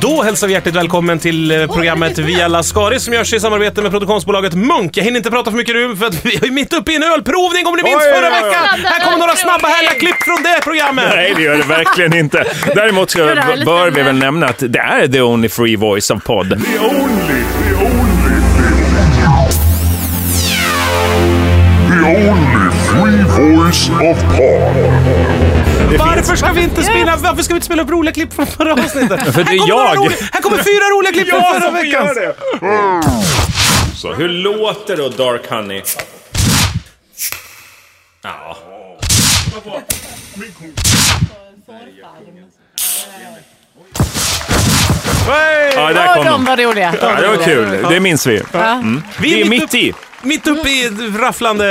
Då hälsar vi hjärtligt välkommen till eh, programmet Via Lascaris som görs i samarbete med produktionsbolaget Munk. Jag hinner inte prata för mycket nu för att vi är ju mitt uppe i en ölprovning om ni minns Oj, oj, förra oj, oj. veckan. Här kommer några snabba härliga klipp från det programmet. Nej, det gör det verkligen inte. Däremot så det här är lite bör vi en- väl nämna att det är the only free voice av podd. The only free voice of pod. Varför ska vi inte spela, varför ska vi inte spela upp roliga klipp från förra avsnittet? För det här, är kommer några jag. Roliga, här kommer fyra roliga klipp från förra veckan. det! Så, hur låter då Dark Honey? Ja. Ja, det där Ja, kom de de. var roliga. Ja, det var kul. Det minns vi. Vi Det är mitt mitt i. Mitt uppe i ett rafflande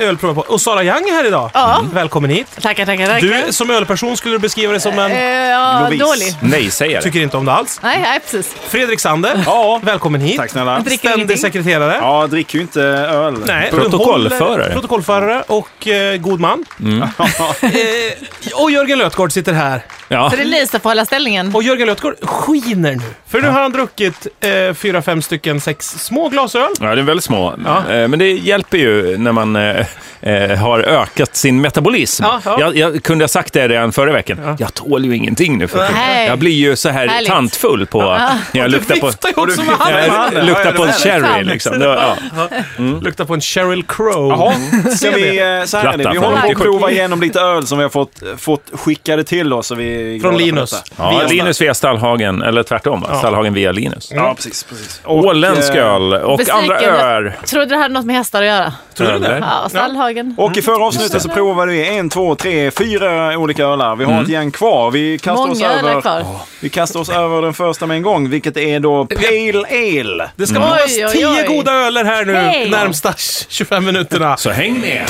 ölprov. Och Sara Young är här idag. Ja. Välkommen hit. Tackar, tackar, tackar. Du som ölperson skulle du beskriva dig som Eh, en... ja, dålig. Nej, säger det. Tycker inte om det alls. Nej, nej, precis. Fredrik Sander, Ja. välkommen hit. Tack snälla. Dricker Ständig ingenting. sekreterare. Ja, jag dricker ju inte öl. Nej, Protokollförare. håller- Protokollförare och eh, god man. eh, och Jörgen Lötgård sitter här. Ja. Så det är Lisa på hela ställningen. Och Jörgen Lötgård skiner nu. För nu har han druckit eh, fyra, fem stycken, sex små glas öl. Ja, det är väldigt små. Eh, Men det hjälper ju när man eh, eh, har ökat sin metabolism. Ja, ja. Jag, jag kunde ha sagt det redan förra veckan. Jag tål ju ingenting nu för tiden. Nej. Jag blir ju så här Härligt. tantfull på när jag Du luktar på, viftar ju också med när handen. jag luktar på en Fan. sherry. Liksom. Det var- Ja. Mm. Luktar på en Sheryl Crow. Jaha, ska vi, eh, så här är det. Vi Plattan håller på att från prova igenom lite öl som vi har fått, fått skickade till oss. och Vi är glada Från för Linus. detta. Ja, Linus via Stallhagen, eller tvärtom. va? Stallhagen via Linus. Ja, precis. precis. Mm. Och, Åländsk eh, öl och Besviken. andra öar. Trodde det hade något med hästar att göra. Tror du det? Ja, Stallhagen. Och i förra avsnittet så provade vi en, två, tre, fyra olika ölar. Vi har ett gäng kvar. Vi kastar oss Många ölar över... kvar. Vi kastar oss över den första med en gång, vilket är då Pale Ale. Det ska Mm. vara Oj, oj, tio oj. goda öler här nu Hej. närmsta 25 minuterna. Så häng med!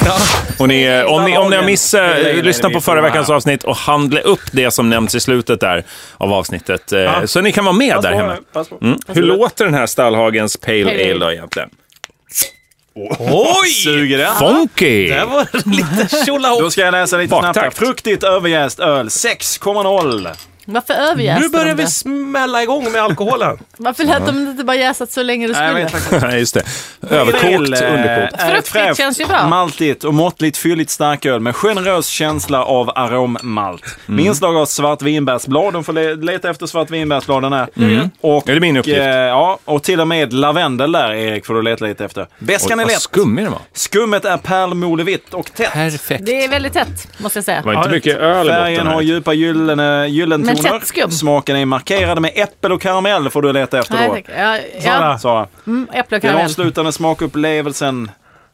Och ni, eh, om, ni, om ni har missat, eh, lyssna på förra veckans avsnitt och handla upp det som nämns i slutet där av avsnittet. eh, Så ni kan vara med där hemma. Pass på. Mm. Hur låter den här Stallhagens Pale Pale Ale Ale då egentligen? Oj! Suger det? Funky! Det var lite Då tjolahopp. ska jag läsa lite Baktakt. snabbt. här. Fruktigt överjäst öl 6,0. Varför överjäste Nu börjar de vi det? smälla igång med alkoholen. Varför lät de inte bara jäsat så länge det Nej, jag skulle? vet faktiskt Nej, just det. Överkokt, eh, underkokt. är Fruktigt fräscht, känns ju bra. Maltigt och måttligt fylligt starköl med generös känsla av arommalt. Mm. Med inslag av svartvinbärsblad. De får le- leta efter svartvinbärsbladen här. Mm. Och, Är Mm. det min uppgift? eh, ja, och till och med lavendel där, Erik, får du leta lite efter. Beskan är Vad lätt. skummig den var. Skummet är pärlmolevitt och tätt. Perfekt. Det är väldigt tätt, måste jag säga. Det var inte mycket öl i botten Färgen har här. djupa gyllene, Men tätt gyllentoner. skum. Smaken är markerad med äppel och karamell får du leta efter Nej, då. tack. Ja, Sara. ja. Sara. Mm, äpple och Den karamell. avslutande smakupplevelsen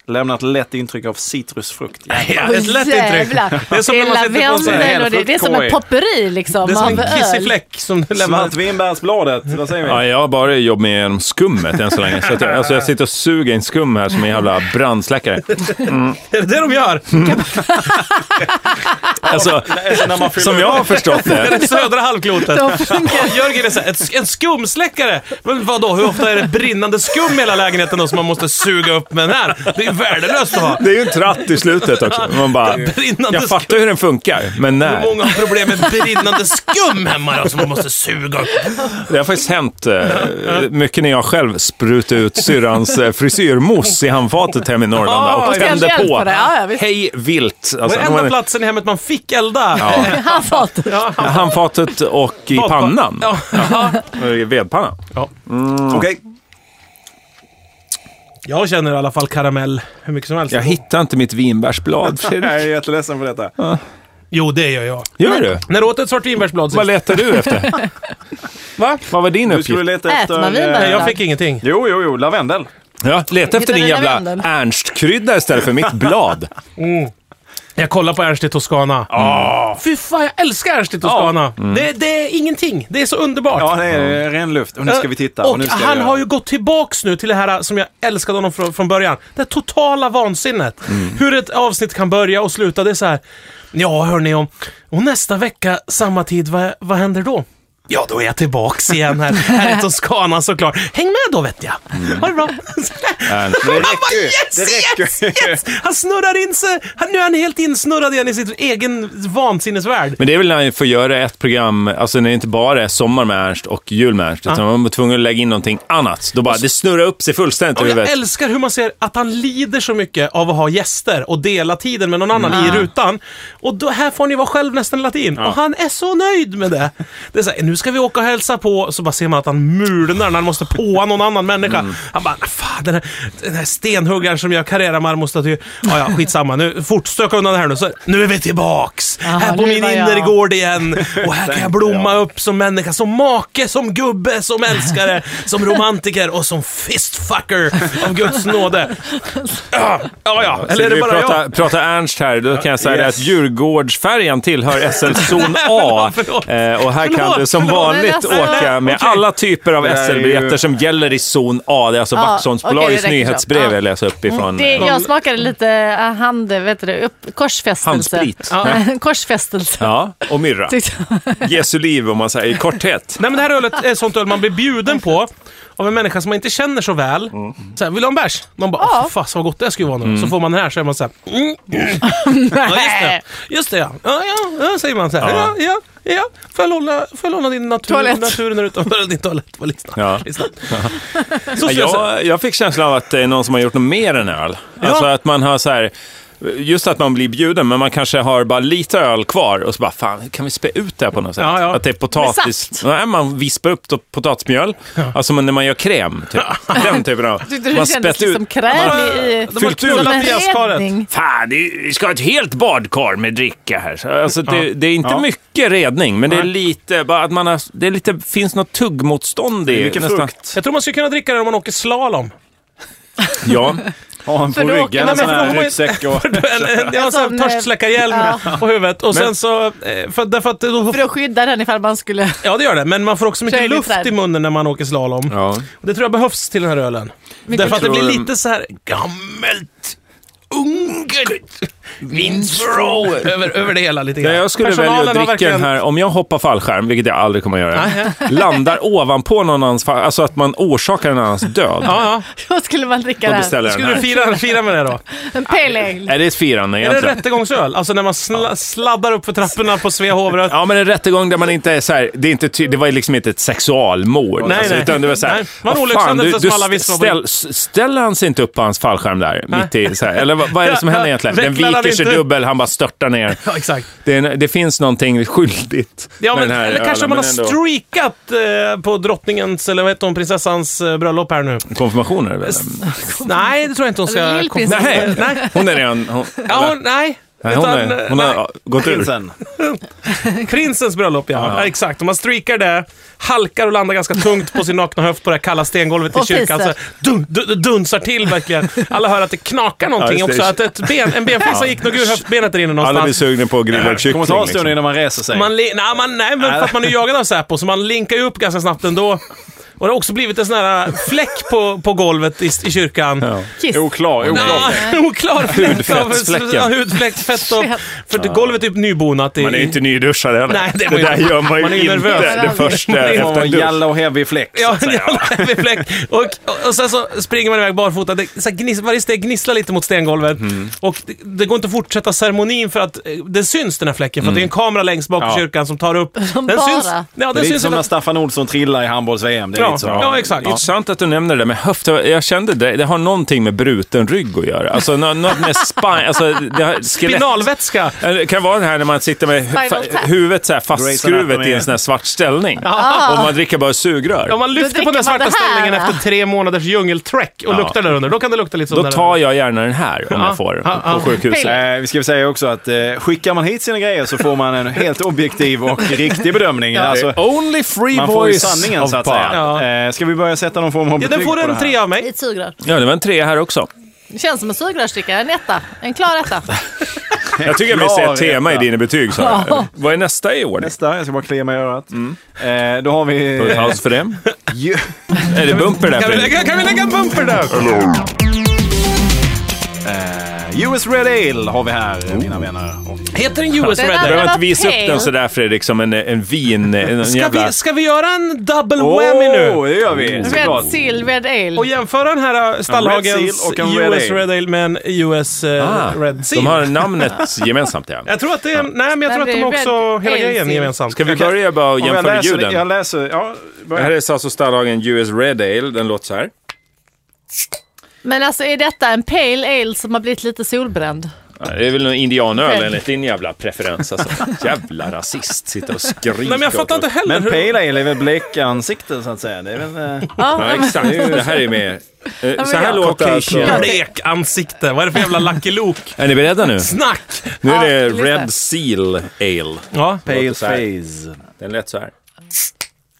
lämnar ett lätt intryck av citrusfrukt. Ja, ett lätt intryck. jävlar. Det är som när man sitter på en sån här lavendel och det, det är som en fruktkorg. popperi liksom. Det är som av en öl. kissefläck som du lämnar. Svartvinbärsbladet, vad säger vi? Ja, jag har bara jobbat med genom skummet än så länge. Så att jag, alltså jag sitter och suger in skum här som en jävla brandsläckare. Är det det de gör? Mm. Alltså, Alltså, när man fyller som jag har förstått det. Det södra halvklotet. De funkar. Jörgen är såhär, ett- en skumsläckare. Men vadå, hur ofta är det brinnande skum i hela lägenheten då som man måste suga upp med den här? Det är ju värdelöst att ha. Det är ju en tratt i slutet också. Man bara, Brinnande jag fattar hur den funkar, men Hur nej. många har problem med brinnande skum hemma då som man måste suga upp? Det har faktiskt hänt eh, mycket när jag själv sprutade ut syrrans eh, frisyrmousse i handfatet hemma i Norrland Ah, och tände jag på. hjälper dig. Ja, ja, visst. Hej vilt! Det Alltså, var de enda hade- platsen i hemmet man fick elda. Han fatar. handfatet och i pannan. Ja. I vedpannan. Okej. Jag känner i alla fall karamell hur mycket som helst. Jag hittar inte mitt vinbärsblad, Jag Fredrik. är jätteledsen för detta. Jo, det gör jag. Gör du? När du åt ett svart vinbärsblad sist? Vad letar du efter? Va? Vad var din Du skulle uppgift? leta Äter efter... man vinbär? Nej, eh, jag fick ingenting. Jo, jo, jo, lavendel. Ja, leta efter Hittar din du jävla lavendel? Ernst-krydda istället för mitt blad. Jag kollar på Ernst i Toscana. Ah. Mm. Fy fan, jag älskar Ernst i Toscana. Det, det är ingenting. Det är så underbart. Mm. Ja, det är eh, ren luft. Och nu ska vi titta. Och, nu ska han vi- har ju gått tillbaks nu till det här som jag älskade honom från, från början. Det här totala vansinnet. Mm. Hur ett avsnitt kan börja och sluta, det är så här. Ja, hörni, om och nästa vecka, samma tid, vad, vad händer då? Ja, då är jag tillbaks igen här. Här är Toscana såklart. Häng med då vet jag. Mm. Ha det bra. Han bara räcker ju. yes, Det räcker yes, yes. Han snurrar in sig. Han, nu är han helt insnurrad igen i sin egen vansinnesvärld. Men det är väl när man får göra ett program, alltså när det inte bara är sommar med Ernst och jul med Ernst, utan man var tvungen att lägga in någonting annat. Då bara, det snurrar upp sig fullständigt i Och jag huvudet. älskar hur man ser att han lider så mycket av att ha gäster och dela tiden med någon annan Mm. i rutan. Och då, här får ni vara själv nästan hela tiden. Och han är så nöjd med det. Det är så här, nu ska vi åka och hälsa på, så bara ser man att han mulnar när han måste påa någon annan människa. Mm. Han bara, fan den här, den här stenhuggaren som gör Carrera Marmorstaty. Ja, ja, skitsamma. Nu, fort, stök undan det här nu. Så, nu är vi tillbaks! Jaha, här på nu min var jag- innergård igen. Och här kan jag blomma upp som människa, som make, som gubbe, som älskare, som romantiker och som fistfucker av Guds nåde. Ja, ja, ja. eller är Vill det vi bara prata, jag? prata Ernst här, då kan jag säga det Yes. att Djurgårdsfärjan tillhör SL-zon A. Förlåt, förlåt. Eh, och här Förlåt, kan du som förlåt. vanligt Men alltså- åka med Okej. alla typer av Det här är ju- SL-biljetter som gäller i zon A. Det är alltså Ja, okej, Waxholmsbolagets det räcker så. nyhetsbrev Ja. jag läser upp ifrån. Det, eh, jag smakade lite eh, hand, vet du, det, upp, korsfästelse. Handsprit. Ja. korsfästelse. Ja, och myrra. Tyckte- Jesu liv om man säger i korthet. Nej men det här ölet är ett sånt öl man blir bjuden på av en människa som man inte känner så väl. Så här, vill du ha en bärs? Någon bara, Ja. åh fast vad gott det här skulle vara nu. Så får man den här så är man så här, mm, ja, just det. Just det ja. Ja, ja, ja, säger man så här. Ja, ja. Ja, får jag låna, får jag låna din natur, Toalett. naturen där utanför din toalett? Vad lyssna. Ja. lyssna. Så skulle jag säga. liksom. Jag, jag fick känslan av att det är någon som har gjort något mer än öl. Alltså att man har så här, just att man blir bjuden, men man kanske har bara lite öl kvar och så bara, fan, kan vi spä ut det här på något sätt? Ja, ja. Att det är potatis... saft. Nej, man vispar upp då potatismjöl, alltså men när man gör kräm, typ. Den typen av... Tyckte du man det kändes spett ut... liksom kräm i... De har Fyllt ut. knullat Som en i gästkaret. redning. Fan, det är- vi ska ha ett helt badkar med dricka här. Så, Alltså, det, det är inte Ja. mycket redning, men det är lite, bara att man har, det är lite, finns något tuggmotstånd i Mycket nästan. frukt. Jag tror man skulle kunna dricka den om man åker slalom. Ja. Har han på För då åker ryggen man- en sån Nej, men för här då har man- ryggsäck och... en, en, alltså en, en sån sån, eh, törstsläckarhjälm ja. på huvudet. Och sen så, eh, för, därför att då, För att skydda den ifall man skulle... ja det gör det, men man får också mycket Kör lite luft där. i munnen när man åker slalom. ja. Och Det tror jag behövs till den här ölen. Därför att det blir lite så här gammalt, unget, vindsvrå över, över det hela lite Ja, grann. Eh, jag skulle Personalen välja att har dricka verkligen- den här, om jag hoppar fallskärm, vilket jag aldrig kommer att göra, landar ovanpå någon annans fall, alltså att man orsakar en annans Ja, död. ja. Då skulle man dricka Då den. beställer jag den Skulle du här. fira, fira med det då? En pale ale. Är det ett firande Är det egentligen? rättegångsöl? Alltså när man sla, sladdar upp för trapporna på Svea hovrätt. Ja, men en rättegång där man inte är så här, det, är inte ty- det var ju liksom inte ett sexualmord. Nej, alltså, nej. Utan det var så här, Nej, det var en vad olyckshändelse som alla visste vad det ställ, s- ställer han sig inte upp på hans fallskärm där, mitt i, så här, eller vad, vad är det som Ja, händer ja. egentligen? Den Vecklar han viker sig inte? dubbel, han bara störtar ner. Ja, exakt. Det, är en, det finns någonting skyldigt Ja, med men, den här eller kanske ölen, man har men ändå- streakat eh, på drottningens, eller vad heter hon, prinsessans eh, bröllop här nu. Konfirmationer? väl? Nej, det tror jag inte hon Eller ska... lillprins- konfirmera. Nej, Nej. hon är redan... Hon, Ja, hon, nej. Nej, hon, Utan, är, hon eh, har gått ur. Sen. nej, Prinsens bröllop, ja. ja. Exakt. Om man streakar det, halkar och landar ganska tungt på sin nakna höft på det här kalla stengolvet i Och kyrkan. Så fiser. dun, dun, dunsar till verkligen. Alla hör att det knakar någonting Ja, just också. det. Att ett ben, en benfrissa gick nog ur höftbenet där inne Alla blir någonstans. sugna på grillad Det kommer kyckling. ta en stund liksom. innan man reser sig. Man li- nej, man, nej, men för att man är jagad av Säpo, så man linkar ju upp ganska snabbt ändå. Och det har också blivit en sån här äh, fläck på, på golvet i, i kyrkan. Kiss. Oklar, oklar. Ja, oklar fläck av Hudfettsfläcken. ja, hudfläck, fett och... För att golvet är typ nybonat. I, Man är ju inte nyduschad heller. Nej, det det var ju- där gör man ju man är ju inte nervös. det första Man är ju- Man efter har en en dusch. yellow heavy fläck. Ja, en jävla heavy fläck. Och, och, och sen så springer man iväg barfota. Det, så här gniss, varje steg gnisslar lite mot stengolvet. Mm. Och det, det går inte att fortsätta ceremonin för att eh, det syns den här fläcken. För att det är en kamera längst bak Mm. Ja. i kyrkan som tar upp. Som den bara. syns. Ja, Det är den lite syns som när hela... Staffan Olsson trillar i handbolls-VM. Det är Ja, lite så. ja, exakt. Intressant att du nämner det där med höft. Jag kände det, det har någonting med bruten rygg att göra. Alltså nå- något med spine, alltså det har, skelett. Spinalvätska. Eller Det kan vara det här när man sitter med hu- Spinal fa- tap. huvudet så här Grey's fastskruvet Anatomy. i en sån här svart ställning. Ja. Och man dricker bara sugrör. Om Ah. man lyfter på dricker den man svarta det här, ställningen va? efter tre månaders djungeltrek och Ja. luktar där under, då kan det Ah. lukta lite sådär. Då tar jag gärna den här om Ja. jag får Ja, ja. på sjukhuset. Eh, vi ska väl säga också att eh, skickar man hit sina grejer så får man en helt objektiv och riktig bedömning. Alltså, Only free man får ju voice sanningen of så att Park. säga. Ja. Eh, ska vi börja sätta någon form av Ja, betyg den får på det en här? tre av Det är mig. ett sugrör. Ja, det var en tre här också. Det känns som en sugrörsdricka. En etta. En klar etta. Jag tycker vi Klar ser ett tema i reta. dina betyg. Sara. Vad är nästa i år? Nästa, jag ska bara klia mig i örat. Eh, då har vi... Har Mm. vi House för det? ju- Är det bumper där? Kan vi Fredrik? lägga, kan vi lägga en bumper där? Hello. US Red Ale har vi Oh. här, mina vänner. Och Heter den US Den Red där- Du Ale? behöver inte var visa upp pale. den sådär Fredrik, som en, en vin... En Ska jävla... vi, ska vi göra en double whammy Åh, nu? det gör Oh. vi såklart. Red Seal, Red Ale. Och jämföra den här äh, Stallhagens Seal och en Red US Ale. Red Ale med en US eh, Ah, Red Seal. de har namnet gemensamt ja. Jag tror att det är, nej men jag Men tror att de det är också, Red hela Ale grejen Seal. gemensamt. Ska vi börja bara och Om jag jämföra läser, ljuden? Jag läser, ja, Det här börja. är Sasso Stallhagen US Red Ale. Den låter så här. Men alltså är detta en Pale Ale som har blivit lite solbränd? Det är väl någon indianöl Själv. enligt din jävla preferens alltså. Jävla rasist. Sitter och skriker. Nej men jag fattar åt inte oss. heller. Men hur- Pale Ale är väl blekansikte så att säga. Det är väl, eh, Ja, exakt. Det här är mer... Eh, Så här ja. låter alltså... Jävla Blekansikte, vad är det för jävla Lucky Luke? Är ni beredda nu? Snack! Nu är det Ja, lyssna. Red Seal Ale. Ja. pale så här. Face. Den lät så här.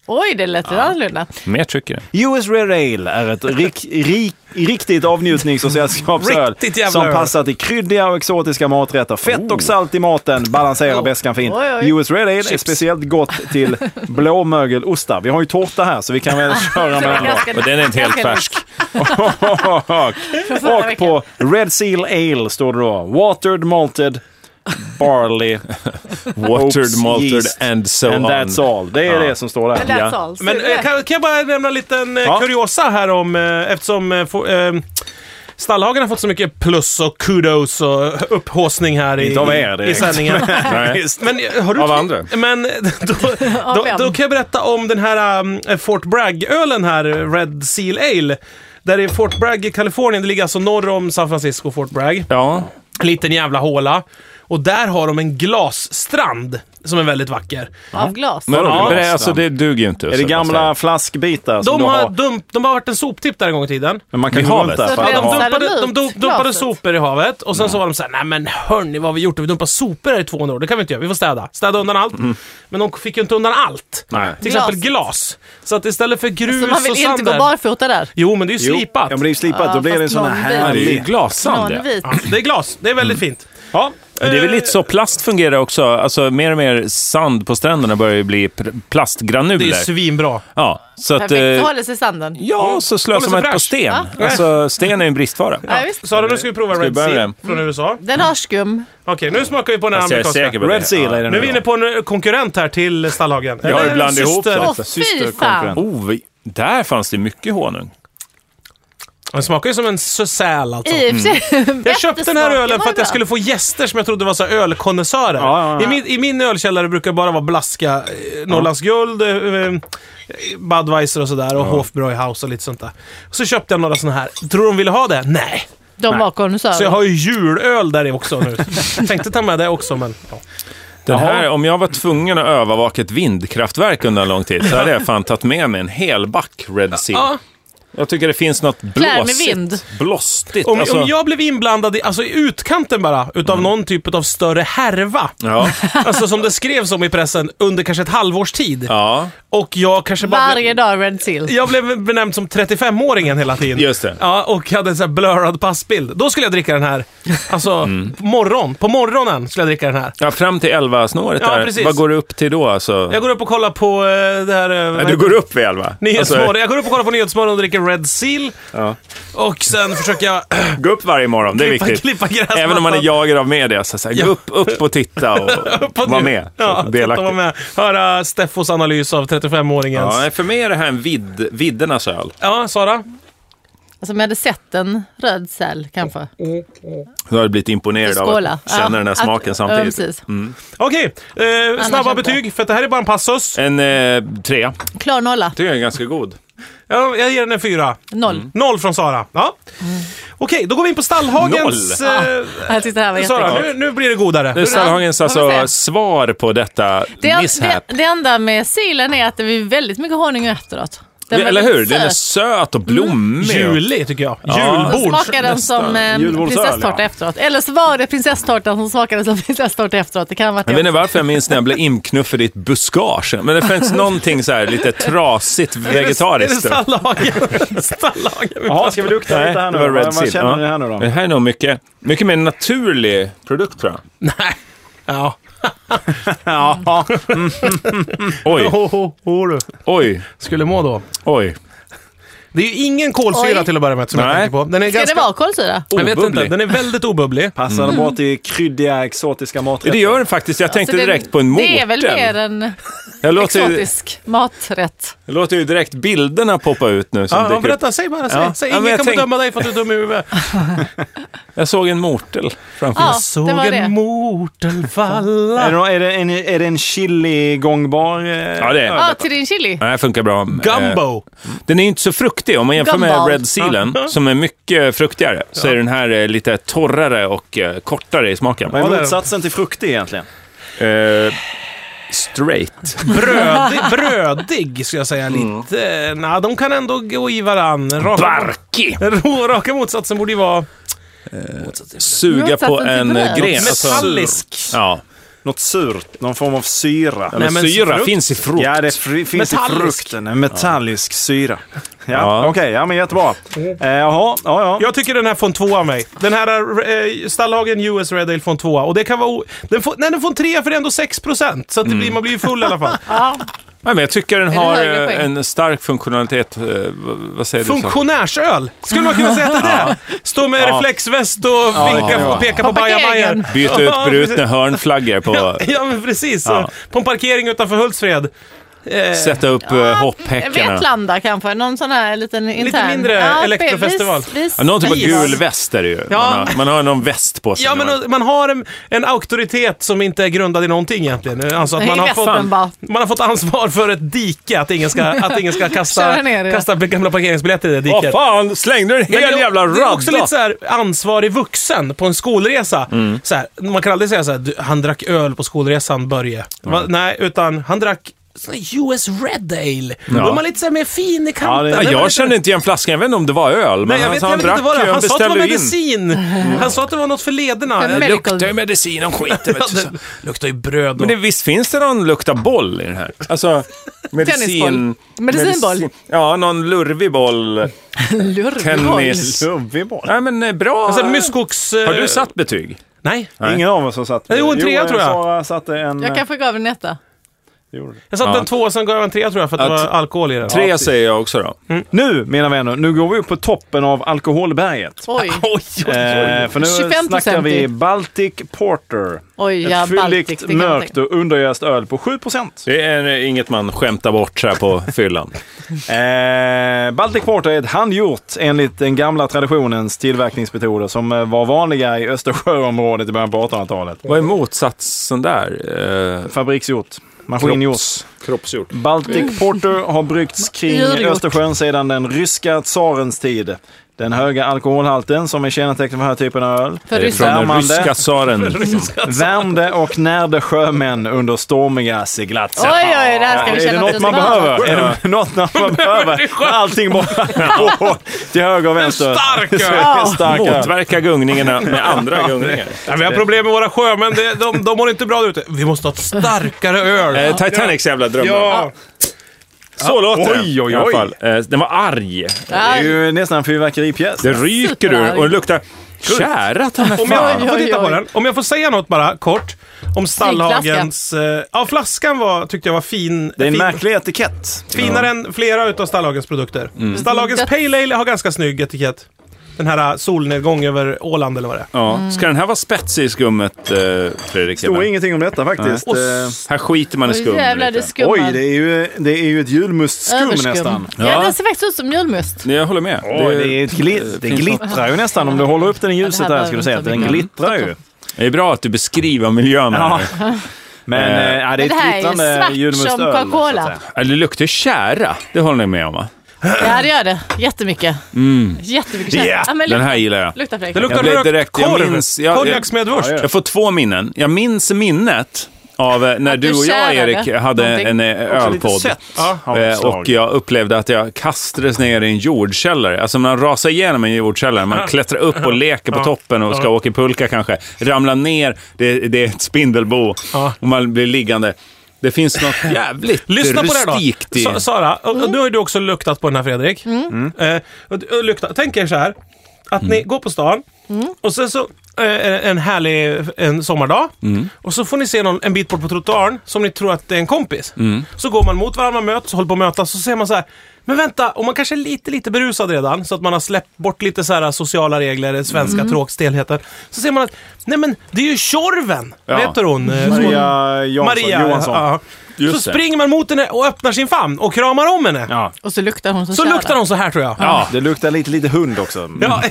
Oj, det lät lite annorlunda. Mer tryck i den. US Red Ale är ett rik, rik, riktigt avnjutnings och sällskapsöl Riktigt jävla som öl. passar till kryddiga och exotiska maträtter. Fett och salt i maten balanserar bäskan fint. Oj, oj. US Red Ale är speciellt gott till blåmögelostar. Vi har ju tårta här så vi kan väl köra med den. då. Ganska- Och den är inte helt ganska färsk. nytt från förra Och veckan. på Red Seal Ale står det då Watered Malted Barley Oats, Watered, malted yeast, and so and on. that's all. Det är det som står där. That's Ja. all. Men Super. eh, kan, kan jag bara nämna en liten eh, Ja. kuriosa här om, eh, eftersom eh, få, eh, Stallhagen har fått så mycket plus och kudos och upphåsning här i, Inte av er i, i direkt. sändningen. Nej. Men, eh, har du Av andra. Men eh, då, då, vem? då kan jag berätta om den här um, Fort Bragg-ölen här, Red Seal Ale. Där i Fort Bragg i Kalifornien, det ligger alltså norr om San Francisco, Fort Bragg. Ja. Liten jävla håla. Och där har de en glasstrand som är väldigt vacker. Av glas. Men, Ja. men det, alltså, det duger ju inte. Är det gamla flaskbitar som De du har, har? dump, de har varit en soptipp där en gång i tiden. Men man kan Vid gå havet. runt Så där. för att att det är De de har- Sällan dumpade, de ut dum- dumpade glaset. sopor i havet och sen Mm. så var de så här, nej men hörni vad har vi gjort? Vi dumpar sopor här i två år, det kan vi inte göra, vi får städa. Städa undan allt. Men de fick ju inte undan allt. Mm. Nej. Till exempel glas. Så att istället för grus Så Alltså, man och vill sand inte gå där- barfota där. Jo, men det är ju Jo, slipat. Ja, men det är ju slipat. Då Ja, blir det en fast sån här någon bit. Det är ju härlig... glassand. det. Planvit. Ja, det är glas, det är väldigt Mm. fint. Ja. Men det är väl lite så plast fungerar också. Alltså mer och mer sand på stränderna börjar ju bli pr- plastgranuler. Det är ju svinbra. ja, så att... eh, Perfekt, så håller sig i sanden. Ja, så Håller slösar sig man inte på fräsch. sten. Ja. Alltså, sten är ju en bristvara. Ja, visst. Sara, nu ska vi prova Ska vi Red börja Sea med från USA. Den har skum. Okej, nu smakar vi på den här Fast jag är säker amerikanska. på det. Red Seal är det Nu är vi inne på en konkurrent här till Stallhagen. Jag har ju Eller en blandat ihop syster. dem. Åh, Lite fy systerkonkurrent. fan! Oh, vi- där fanns det mycket honung. Den smakar ju som en säl alltså. I och för sig. Jag köpte den här Jättesmak. ölen Var för att det jag skulle få gäster som jag trodde var så här ölkonnässörer. Ja, ja, ja. I, min, I min ölkällare brukar det bara vara blaska, eh, Norrlands guld, eh, eh, Budweiser och sådär och Hofbräuhaus och lite sånt där. Så köpte jag några såna här. Tror de ville ha det? Nej. bra? De var konnässörer. Så jag har ju julöl där i också nu. Jag tänkte ta med det också men... Ja. Den här, om jag var tvungen att övervaka ett vindkraftverk under en lång tid så hade jag fan tagit med mig en hel back Red Sea. Ja. Jag tycker det finns något med blåsigt. vind. Blåstigt. Om, alltså, om jag blev inblandad i, alltså i utkanten bara, utav någon typ av större härva. ja, Alltså som det skrevs om i pressen under kanske ett halvårs tid. ja, Och jag kanske bara... blev- Varje dag Red Seal. Jag blev benämnd som 35-åringen hela tiden. Just det. Ja, och hade en sån här blurrad passbild. Då skulle jag dricka den här. Alltså, Mm. morgon. På morgonen skulle jag dricka den här. ja, fram till 11-snåret Ja, där. precis. Vad går du upp till då? Alltså? Jag går upp och kollar på eh, det här... eh, Nej, du går upp vid Alltså, 11? Nyhetsmorgon. jag går upp och kollar på Nyhetsmorgon och dricker Red Seal. Och sen försöker jag gå upp varje morgon, det är klippa, viktigt. klippa gräsmattan. Även om man är jagad av media, så, så här, gå upp, upp och titta och På vara nytt. med. Ja, delaktig. delaktig. Var med. Höra Steffos analys av 35-åringens... Ja, Ja, nej, för mig är det här en vid, viddernas öl. Sara? Alltså om jag hade sett en röd säl kanske. Du har jag blivit imponerad av Skåla. att känna Ja, den här att- smaken Ja, samtidigt. Mm. precis. Okej, eh, snabba inte. betyg, för det här är bara en passus. En eh, trea. Klar nolla. Tycker jag är ganska god. Jag, jag ger den en fyra. Noll. Noll från Sara. Ja. Okej, då går vi in på Stallhagens... Noll. Eh, Jag tyckte det här var jättekul. Sara, nu, nu blir det godare. Nu Stallhagens Vad vill alltså säga? svar på detta Det, det, misshap. det enda med silen är att det blir väldigt mycket honung efteråt. Den var Eller hur? lite Den är söt. söt och blommig. Julig, tycker jag. Ja. Julbord. Smakade den som eh, Julbordsöl, prinsesstårta ja. efteråt. Eller så var det prinsesstårtan som smakade som prinsesstårta efteråt. Det kan ha varit det Jag vet inte också. varför jag minns när jag blev imknuffad i ett buskage. Men det fanns någonting så här lite trasigt vegetariskt. Är det Stallhagen? Stallhagen. Jaha, ska vi lukta lite här nu? det var Red Vad- Seal. Vad känner ni Ja. här nu då? Det här är nog mycket, mycket mer naturlig produkt tror jag. Nej. Ja. Ja. Oj, Ho, ho, ho, du. oj, Skulle må då. oj. Det är ju ingen kolsyra Oj. till att börja med som jag Nej. tänker på. Den är Ska ganska... det vara kolsyra? Jag vet inte, Obubblig. den är väldigt obubblig. Passar det bra till kryddiga, exotiska maträtter? Det gör den faktiskt. Jag tänkte Så Alltså, det- direkt på en mårten. Det är väl mer en Jag låter, ju- exotisk maträtt. jag låter ju direkt bilderna poppa ut nu. Som Ja, dyker ja, upp. berätta, säg bara. Säg. Ja. Säg, Ja, men ingen jag kommer tänk- döma dig för att du är dum i huvudet. Jag såg en mortel framför mig. Ja, det var det. mortel Är det, Eh. falla. nå- är, det en, är det en eh, chili gångbar? Ja, det är Ja, till din chili. Nej, funkar bra. Eh, Gumbo. Den är ju inte så fruktig om man jämför med Gumball. Red Sealen, som är mycket fruktigare. Så är den här eh, lite torrare och eh, kortare i smaken. Vad Ja, det är är- motsatsen till fruktig egentligen? Eh, straight. Brödig, brödig skulle jag säga lite. Mm. Nej, de kan ändå gå i varann. Raka, Barkig! raka motsatsen borde ju vara Suga på Motsatsen till en bröd. eh, gren. Alltså- metallisk. Ja. Något surt, någon form av syra. Nej, Men men syra frukt- finns i frukt. Ja, det fri, finns i Metallisk. frukten. En metallisk syra. Ja, Ja. okej. ja, men jättebra. Eh, jaha, ja, ja. Jag tycker den här får en tvåa av mig. Den här eh, Stallhagen US Red Ale får en tvåa. Och det kan vara... O- den får, nej, den får en trea för det är ändå 6%. Så att det blir, Mm. man blir ju full i alla fall. Ja. Nej, men jag tycker den det har högre eh, poäng? en stark funktionalitet. eh, v- Vad säger du? Funktionärsöl! Skulle man kunna säga att det är? Stå med reflexväst och vinka ja. och peka på På parkeringen. bajamajor. Byt Ja, ut brutna precis. hörnflaggor på... Ja, men precis. Ja. På en parkering utanför Hultsfred. Eh, Sätta upp eh, hopphäckarna. Vetlanda kanske, någon sån här liten intern. mindre Ja, elektrofestival. vis- vis- Ja, någon typ av vis. gul väst är det ju. Man, har, man har någon väst på sig. Ja, när man... men man har en, en auktoritet som inte är grundad i någonting egentligen. Alltså att Nej, man i har, västen fått, bara. man har fått ansvar för ett dike, att ingen ska, att ingen ska kasta, Köra ner det. kasta gamla parkeringsbiljetter i det diket. Åh fan, slängde du en Men hel det- jävla Det är också radda? lite så här ansvarig vuxen på en skolresa. Mm. Så här, man kan aldrig säga så här, "Du, han drack öl på skolresan, Börje. Va, nej, utan han drack sån här US Red Ale. Då är man lite så här mer fin i kanten. Ja, det- Då Ja, är man jag lite- kände inte igen flaskan. Jag vet inte om det var öl, men Nej, jag han, vet, sa jag han vet inte drack vad det ju, var. han Han sa att det var beställde ju in. medicin. Han sa att det var något för lederna. För Ja, Det medical. luktar ju medicin och skit. Vet du. det luktar ju bröd. Men Och... det, visst finns det någon lukta boll i den här? Alltså, medicin... Tennisboll. Medicinboll. medicin- Ja, någon lurvig boll. Tennis. Survival. Nej, men eh, bra. Alltså, myskoks... Har du satt betyg? Nej, Ingen av oss har satt Jo, en trea, tror jag. Sara satte en... Jag kanske gav den etta. gjorde det. jag satte Ja. en tvåa, sen gav jag en trea tror jag, för att Ja, det t- var alkohol i den. Tre säger jag också då. Mm. Nu, mina vänner, nu går vi upp på toppen av alkoholberget. Oj, Oj, oj, oj. Eh, för nu 25% snackar vi i. Baltic Porter. oj ja, Ett fylligt, Baltic. det kan jag mörkt tänka. och underjäst öl på 7 procent. Det är eh, inget man skämtar bort så här på fyllan. Eh, Baltic Porter är ett handgjort enligt den gamla traditionens tillverkningsmetoder som eh, var vanliga i Östersjöområdet i början på 1800-talet. Vad är motsatsen där? Eh, Fabriksgjort. Maskingjort. Kroppsgjort. Baltic Porter har bryggts kring Djurgjort. Östersjön sedan den ryska tsarens tid. Den höga alkoholhalten som är kännetecknet för den här typen av öl För Det är från ryssar. den Värmande. ryska tsaren. värmde och närde sjömän under stormiga seglatser. Oj, oj, det här ska Ja, vi är känna det att något man tillbaka. behöver? Är det något man behöver? När Allting bara går till höger och vänster. Stark öl! Det är stark öl. Motverka gungningarna med andra gungningar. Ja, vi har problem med våra sjömän. De, de, de mår inte bra ute. Vi måste ha ett starkare öl. Eh, Titanics jävla drömmar. Ja. Så låter det. Oj, oj, i alla oj. fall. Eh, Den var arg. Det Ja, är ju nästan en fyrverkeripjäs. Det ryker ur och det luktar tjära ta mig Om jag, fan. jag får Oj, oj, titta på oj. den. Om jag får säga något bara kort om Stallhagens... Eh, ja, flaskan var, tyckte jag var fin. Det är en fin märklig etikett. finare än flera utav Stallhagens produkter. Stallhagens Pale Ale har ganska snygg etikett. Den här eh, solnedgång över Åland eller vad det är. Ja. Ska den här vara spetsig i skummet, eh, Fredrik? Det står Sebbe? ingenting om detta faktiskt. Och Eh, s- Här skiter man i Oj, skum. jävlar, lite. det skummar. Oj, det är ju, det är ju ett julmustskum Överskum. nästan. Ja, Ja. den ser faktiskt ut som julmust. Nej, Jag håller med. Oj, det, är ett glit- det finns glittrar ju nästan. Om du håller upp den i ljuset behöver här skulle du säga att inte den mycket. glittrar ju. Det är bra att du beskriver miljön. Ja. här. Men Eh, eh, ja, det är Men det ett här är ju glittrande svart julmustöl. som så att Coca-Cola. säga. Ja. Det luktar tjära, det håller ni med om va? Ja, det gör det. Jättemycket. Jättemycket känsla. Yeah. Ja, men Den lukta- här gillar jag. Lukta Fredrik. Det luktar Jag blev rökt direkt- jag korv. minns- jag- jag- Konjaksmedvurst. Jag får två minnen. Jag minns minnet av eh, när Att du du och jag, kärade Erik, hade någonting. en eh, Också lite ölpodd. sött av Eh, ett slag. Och jag upplevde att jag kastades ner i en jordkällare. Alltså man rasar igenom en jordkällare, man klättrar upp och leker på toppen och ska åka i pulka kanske. Ramlar ner, det, det är ett spindelbo Ja. och man blir liggande. Det finns något jävligt Lyssna på det här rustikt då. i... Sa- Sara, och, och nu har ju du också luktat på den här Fredrik. Eh, och, och lukta. Tänk er så här, att ni går på stan och sen så eh, en härlig en sommardag och så får ni se någon en Mm. bit bort på trottoaren som ni tror att det är en kompis. Så går man mot varandra, man möts, håller på att mötas och så ser man så här Men vänta, om man kanske är lite, lite berusad redan, så att man har släppt bort lite så här sociala regler, svenska tråkstelheter. Så ser man att, nej men det är ju Tjorven! Ja. Vad heter hon? Eh, som- Maria Jansson, Maria Johansson. Ja. Så Just det. springer man mot henne och öppnar sin famn och kramar om henne. Ja. Och så luktar hon så Så tjära. luktar hon så här tror jag. Ja. Det luktar lite, lite hund också. Mm. Ja.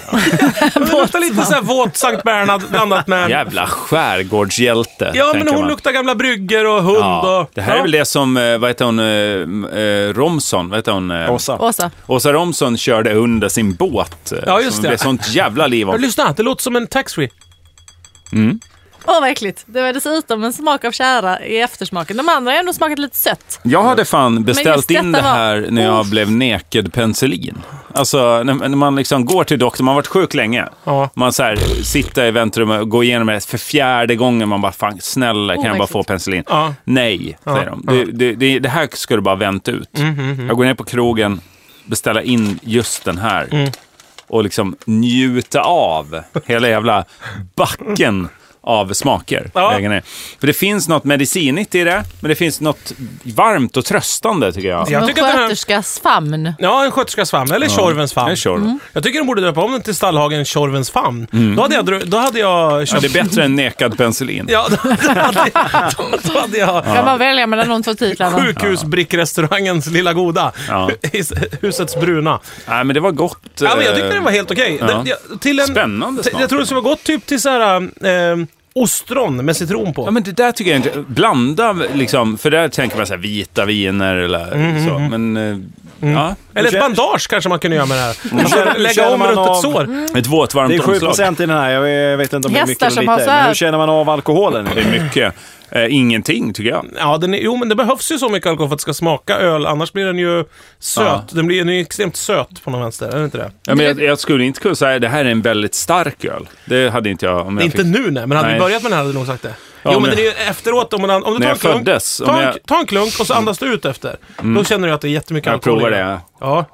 det luktar lite så här våt Sankt Bernhard blandat med... Jävla skärgårdshjälte, Ja, men tänker hon man. luktar gamla brygger och hund Ja, och... det här ja. är väl det som, eh, vad heter hon, eh, eh, Romson, vad heter hon? eh, Åsa. Åsa. Åsa Romson körde under sin båt. eh, Ja, just som det. blev sånt jävla liv Ja, om. Lyssna, det låter som en taxfree. Åh vad äckligt. Det var dessutom en smak av tjära i eftersmaken. De andra har ändå smakat lite sött. Jag hade fan beställt just in det detta var- här när jag Oh. blev nekad penicillin. Alltså, när, när man liksom går till doktorn, man har varit sjuk länge. Ja. Man så här, sitter i väntrummet och går igenom det för fjärde gången. Man bara, fan snälla, kan jag bara verkligen. få penicillin? Ja. Mm, Nej, säger de. Det, det, det, det här ska du bara vänta ut. Jag går ner på krogen, beställer in just den här. Mm. Och liksom njuta av hela jävla backen av smaker. Ja. Lägger ner. För det finns något medicinigt i det, men det finns något varmt och tröstande tycker jag. Jag Jag tycker att den här... sköterskas famn. Ja, en sköterskas famn, eller Tjorvens famn. Det är sure. Jag tycker de borde döpa om den till Stallhagen Tjorvens famn. Då hade jag, dro- då hade jag Mm. Ja, köpt... det är bättre än nekad penicillin. Ja, då hade jag, då hade jag Kan man välja mellan de två titlarna? sjukhusbrickrestaurangens Lilla Goda. Ja. Husets bruna. Nej, men det var gott. Ja, men jag eh, tyckte den var helt okej. ja. Den- jag- till en- Spännande till- smak. Jag tror det skulle vara gott typ till så här, eh, ostron med citron på. Ja, men det där tycker jag inte... Blanda, liksom, för där tänker man så här vita viner eller Mm, så. Men, eh, ja. Eller ett Hur kä- bandage kanske man kunde göra med det här. känner- Alltså, hur lägga känner om man runt ett av- sår. Ett våtvarmt Det är 7 omslag. procent i den här. Jag vet inte om det är Hästar mycket eller som har lite. så här- Men hur känner man av alkoholen? Det är mycket. Eh, ingenting, tycker jag. Ja, den är, jo, men det behövs ju så mycket alkohol för att det ska smaka öl. Annars blir den ju söt. Ja. Den blir den är ju extremt söt på någon vänster, är det inte det? Ja, men jag, jag skulle inte kunna säga det här är en väldigt stark öl. Det hade inte jag om jag inte fick... nu nej, men hade vi Nej. börjat med den här hade du nog sagt det. Ja, jo, men men- den är ju efteråt. Om, man, om du När tar en, jag klunk, föddes, om ta, en, jag- Mm. ta en klunk och så andas du ut efter. Då känner du att det är jättemycket Jag alkohol i provar den. det. Ja,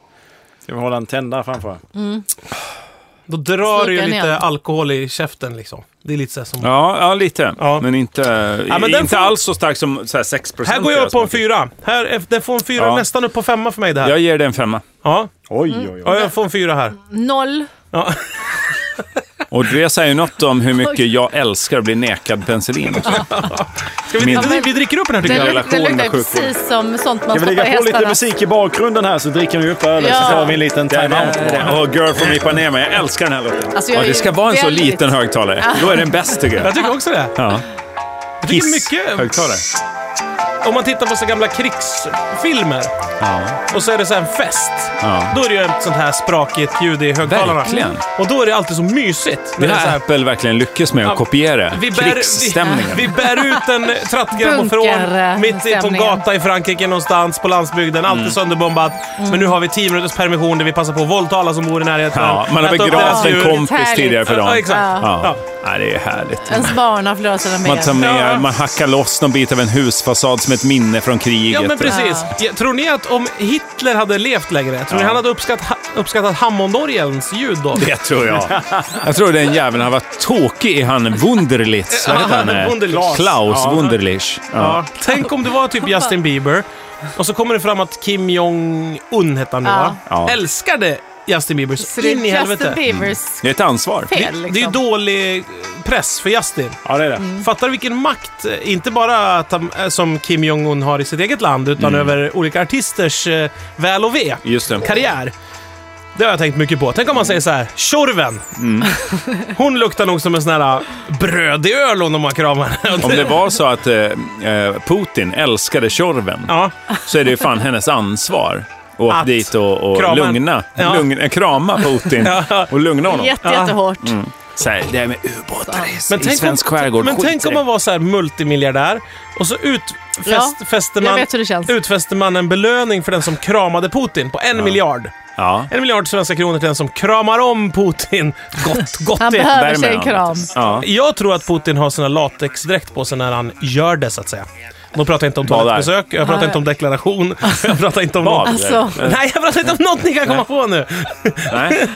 Ska vi hålla en tända Mm. framför? då drar det ju Slickar lite ner. alkohol i käften liksom. Det är lite så här som... Ja, ja lite. Ja. Men inte, Ja, men den inte får- alls så stark som så här 6 Här går jag upp på en fyra. Här, är- det får en fyra, Ja. nästan upp på femma för mig det här. Jag ger den en femma. Ja. Oj, Mm. oj, oj. ja, jag får en fyra här. Noll. Och det säger ju något om hur mycket jag älskar att bli nekad penicillin. Ska vi, Min- vi, vi dricker upp den här tycker Den, jag. luk- luk- relation den med luktar ju sjukvården. precis som sånt man Ska stoppar vi i lägga på lite hästarna. musik i bakgrunden här så dricker vi upp ölen Ja. så tar vi en liten timeout. Åh, girl from Ipanema. Jag älskar den här låten. Alltså, jag ja, är det ska vara en så väldigt- liten högtalare. Då är den bäst tycker jag. Jag tycker också det. Ja. Jag tycker mycket- högtalare. Om man tittar på så gamla krigsfilmer Ja. och så är det så här en fest. Ja. Då är det ju ett sånt här sprakigt ljud i högtalarna. Verkligen. Och då är det alltid så mysigt. När det Det är så har här, Apple verkligen lyckats med att kopiera. vi bär, vi, Krigsstämningen. vi bär ut en trattgrammofon Bunker, mitt i på en eh, stämningen. gata i Frankrike någonstans på landsbygden. Alltid Mm. sönderbombat. Mm. Men nu har vi 10 minuters permission där vi passar på att våldta alla som bor i närheten. Ja, man har Äta upp deras begravt en djur. kompis Härligt. tidigare för dagen. Ja, exakt. Ja. Ja, det är härligt. Ens barn har förlorat sina Man tar ben. Ja. med, man hackar loss någon bit av en husfasad som ett minne från kriget. Ja, men precis. Ja, tror ni att om Hitler hade levt längre, tror ni han hade uppskatt, ha, uppskattat hammondorgelns ljud då? Det tror jag. Jag tror den jäveln har varit tokig i han Wunderlitz. Vad heter han? Ja, Wunderlich. Klaus Wunderlich. Ja. Ja. Tänk om det var typ Justin Bieber, och så kommer det fram att Kim Jong-Un hette han nu va? Ja. Älskade Justin Bieber Så så det är in i Justin helvete. Biebers Det är ett ansvar. fel. Liksom. Det är ju dålig press för Justin. Ja, det är det. Fattar du vilken makt, eh, inte bara att han, eh, som Kim Jong-Un har i sitt eget land, utan över olika artisters eh, väl och ve. Mm. Just det. karriär. Det har jag tänkt mycket på. Tänk om man säger så här, Tjorven. Mm. Hon luktar nog som en sån här brödig öl om man kramar Om det var så att eh, eh, Putin älskade Tjorven Ja, så är det ju fan hennes ansvar. att åka Att dit och, och krama. lugna, Ja. lugna, krama Putin Ja. Mm. och lugna honom. Jätte, jättehårt. Så här, det här med ubåtar men i tänk, svensk om, skärgård, men skit i tänk om det. man var så här multimiljardär och så utfäst, Ja, fäster jag man, vet hur det känns. utfäster man en belöning för den som kramade Putin på en miljard. Ja. En miljard svenska kronor till den som kramar om Putin. Gott, gott Han det. behöver Värmer sig en han. kram. Ja. Jag tror att Putin har sina latexdräkt på sig när han gör det, så att säga. Då pratar jag inte om Vad är? toalettbesök, jag pratar Nej. inte om deklaration, jag pratar inte om Vad? något. Alltså. Nej, jag pratar inte om något ni kan komma på nu. Nej.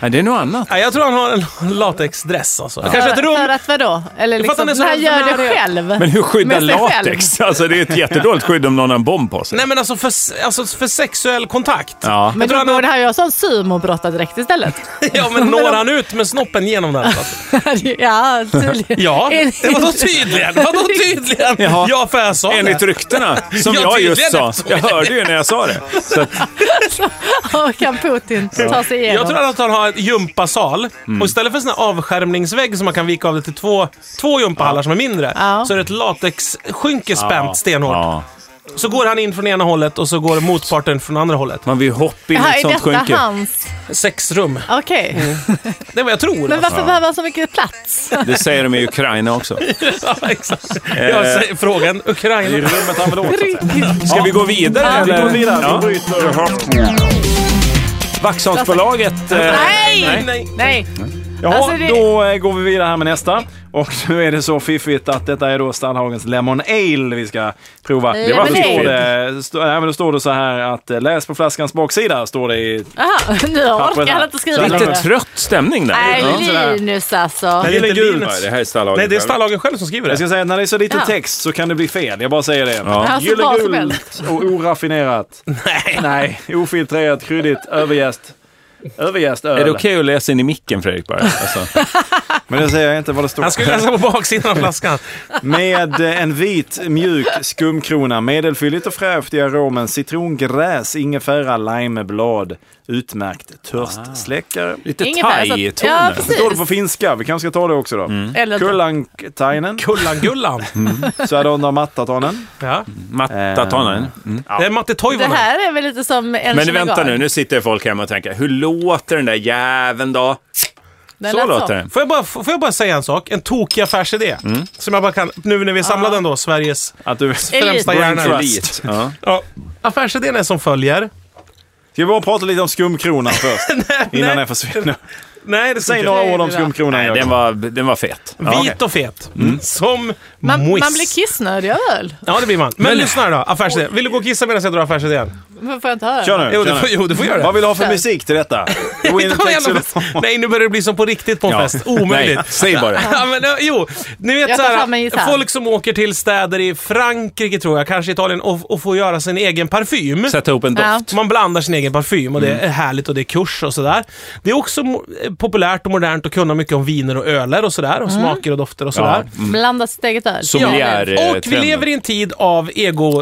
Nej, det är nog annat. Nej, jag tror han har en latexdress alltså. Kanske ett För, för rum. att vadå? Eller fattar liksom, ni så han här gör det scenario. själv. Men hur skyddar Med sig själv. latex? Alltså, det är ett jättedåligt skydd om någon har en bomb på sig. Nej men alltså för, alltså för sexuell kontakt. Ja. Jag Men tror då han har, borde han ju ha sån sumobrottardirekt istället. ja men når han ut med snoppen genom den? Alltså. ja, tydligen. Ja, En- det var då tydligen. Vadå tydligen? Jaha. Ja, för jag sa Enligt det. ryktena, som Ja, jag just tydligen sa. eftersom Jag jag- hörde ju när jag sa det. Så att, Och kan Putin ta sig igenom? Jag tror att han har ett gympasal. Och istället för en sån här avskärmningsvägg som man kan vika av det till två, två gympahallar som är mindre, Ja. så är det ett latexskynke spänt stenhårt. ja. Så går han in från ena hållet och så går motparten från andra hållet. Man vill ju hoppa in i Jaha, ett är sånt detta skynke. hans? Sex rum. Okej. Mm. Det är vad jag tror. Men alltså. varför behöver han så mycket plats? Det säger de i Ukraina också. ja, exakt. Jag säger frågan Det är Ukraina. rummet han vill åt. så att säga. Ska vi gå vidare Vi går eller? vidare. Vi Ja. bryter. Vaxholmsbolaget. eh, Nej! Nej. Nej. Jaha, Alltså, det- då eh, går vi vidare här med nästa. Och nu är det så fiffigt att detta är då Stallhagens Lemon Ale vi ska prova. Det var Då fiffigt. står det, stå, nej, men då står det så här att eh, läs på flaskans baksida står det i... Aha, nu orkar han inte skriva Lite längre. trött stämning där. Nej, sådär. Linus alltså. Nej, det är inte gult. Linus. Nej, det här är Stallagen. Nej, det är Stallagen själv som skriver Jag det. ska säga att när det är så liten Ja. text så kan det bli fel. Jag bara säger det. Alltså, vad som Gyllegult och oraffinerat. Nej. Nej, ofiltrerat, kryddigt, överjäst. Överjäst öl. Är det okej att läsa in i micken Fredrik bara? Alltså. Men det säger jag inte vad det står. Han skulle läsa på baksidan av flaskan. Med eh, en vit mjuk skumkrona, medelfylligt och fräscht i aromen, citrongräs, ingefära, limeblad. Utmärkt törstsläckare. Lite Ingefär, så att- thai-toner. Ja, Det står det på Ah. precis. finska, vi kanske ska ta det också då. Mm. Eller att- Kullantainen, Kullan-Gullan. Söderunda Mattatanen. Ja. Mattatanen. Det är Matti Det Toivonen. här är väl lite som en Men vänta nu, nu sitter folk hemma och tänker, hur låter den där jäveln då? Den Så lät låter den. Får jag, bara, får jag bara säga en sak? En tokig affärsidé. Som jag bara kan, nu när vi är samlade ändå, Sveriges Att du... främsta Elite. hjärna. Elit. Ja. Ja. Affärsidén är som följer. Ska vi bara prata lite om skumkronan först? Innan nej. den försvinner. Nej, det ska Säg inte. några ord om Nej, skumkronan. Nej, Jakob. den var, den var fet. Vit och fet. Mm. Som Man, moist. man blir kissnödig av öl. Ja, det blir man. Men, lyssna här då, affärsidén. Vill du gå och kissa medan jag drar affärsidén? Men Får jag inte höra? Kör nu. Jo, kör du får, nu. jo, du får göra Vad det. vill du ha för musik till detta? Gå in och Ta text- igen dem. Nej, nu börjar det bli som på riktigt på en fest. Omöjligt. Nej, säg bara. Ja, men, eh, jo, ni vet Jag tar fram en såhär, gitarr. folk som åker till städer i Frankrike tror jag, kanske Italien, och, och får göra sin egen parfym. Sätta ihop en Ja. doft. Man blandar sin egen parfym och det är härligt och det är kurs och sådär. Det är också mo- eh, populärt och modernt att kunna mycket om viner och öler och sådär, och smaker och dofter och sådär. Blanda sitt eget öl. Sommelier. Ja. eh, Och vi trenden. lever i en tid av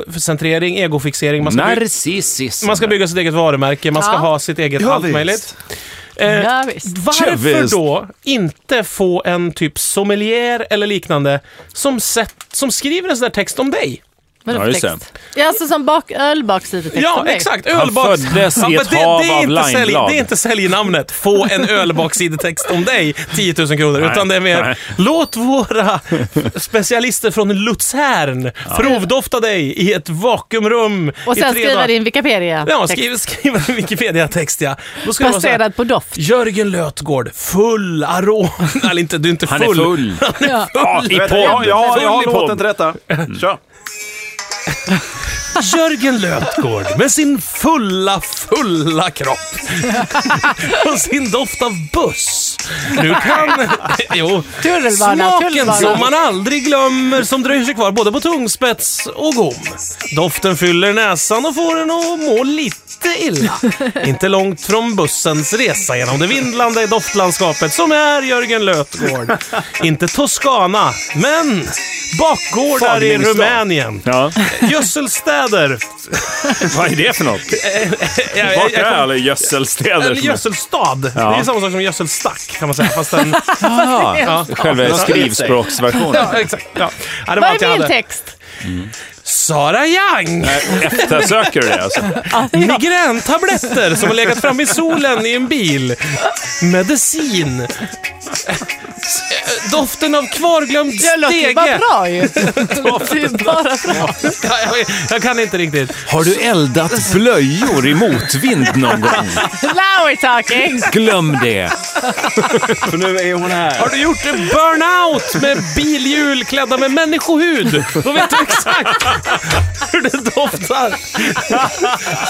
egocentrering, egofixering. Man ska, by- Narcissism. man ska bygga sitt eget varumärke, man ska Ja. ha sitt eget allt visst. möjligt. Eh, Ja, visst. Ja, Varför visst. då inte få en typ sommelier eller liknande som, sett, som skriver en sån där text om dig? Vadå Ja, för just det. text? Ja, alltså som bak, ölbaksidetext Ja, som dig. exakt. Han Ölbaks... föddes i men ett hav det, är av inte sälj- limeblad. Det är inte säljnamnet, få en ölbaksidetext om dig, 10 000 kronor. Nej, utan det är mer, nej. låt våra specialister från Luzern provdofta dig i ett vakuumrum Och i sen tre dagar. skriva din Wikipedia. Ja, skriv, skriv en Wikipedia-text ja. Då ska det vara så här, Baserad på doft. Jörgen Lötgård, full arom... Eller inte, du är inte full. Han är full. Ja. Ja, i Vet du, Jag, podd. jag, jag Full i har låten podd. till detta. Kör. Jörgen Lötgård med sin fulla, fulla kropp. Och sin doft av buss. Nu kan... Jo. Tunnelbana, Smaken som tunnelbana. man aldrig glömmer som dröjer sig kvar både på tungspets och gom. Doften fyller näsan och får en att må lite illa. Inte långt från bussens resa genom det vindlande doftlandskapet som är Jörgen Lötgård. Inte Toscana, men bakgårdar i Fadlingstad. Rumänien. Ja. Gödselstäder. Vad är det för något? Jag- jag- Vart är jag kom- alla gödselstäder? En gödselstad. Det är samma sak som gödselstack kan man säga. Fast en, Ja, själva skrivspråksversionen. ja, exakt. Ja. Ja, det var allt Vad jag är min hade. text? Sara Young! Eftersöker du det alltså? Migräntabletter som har legat framme i solen i en bil. Medicin. doften av kvarglömd Det låter ju bara stege. bra ju. Det är bara bra. Ja, jag, jag kan inte riktigt. Har du eldat blöjor i motvind någon gång? Now we're talking! Glöm det. För nu är hon här. Har du gjort en burnout med bilhjul klädda med människohud? Då vet du exakt hur det doftar.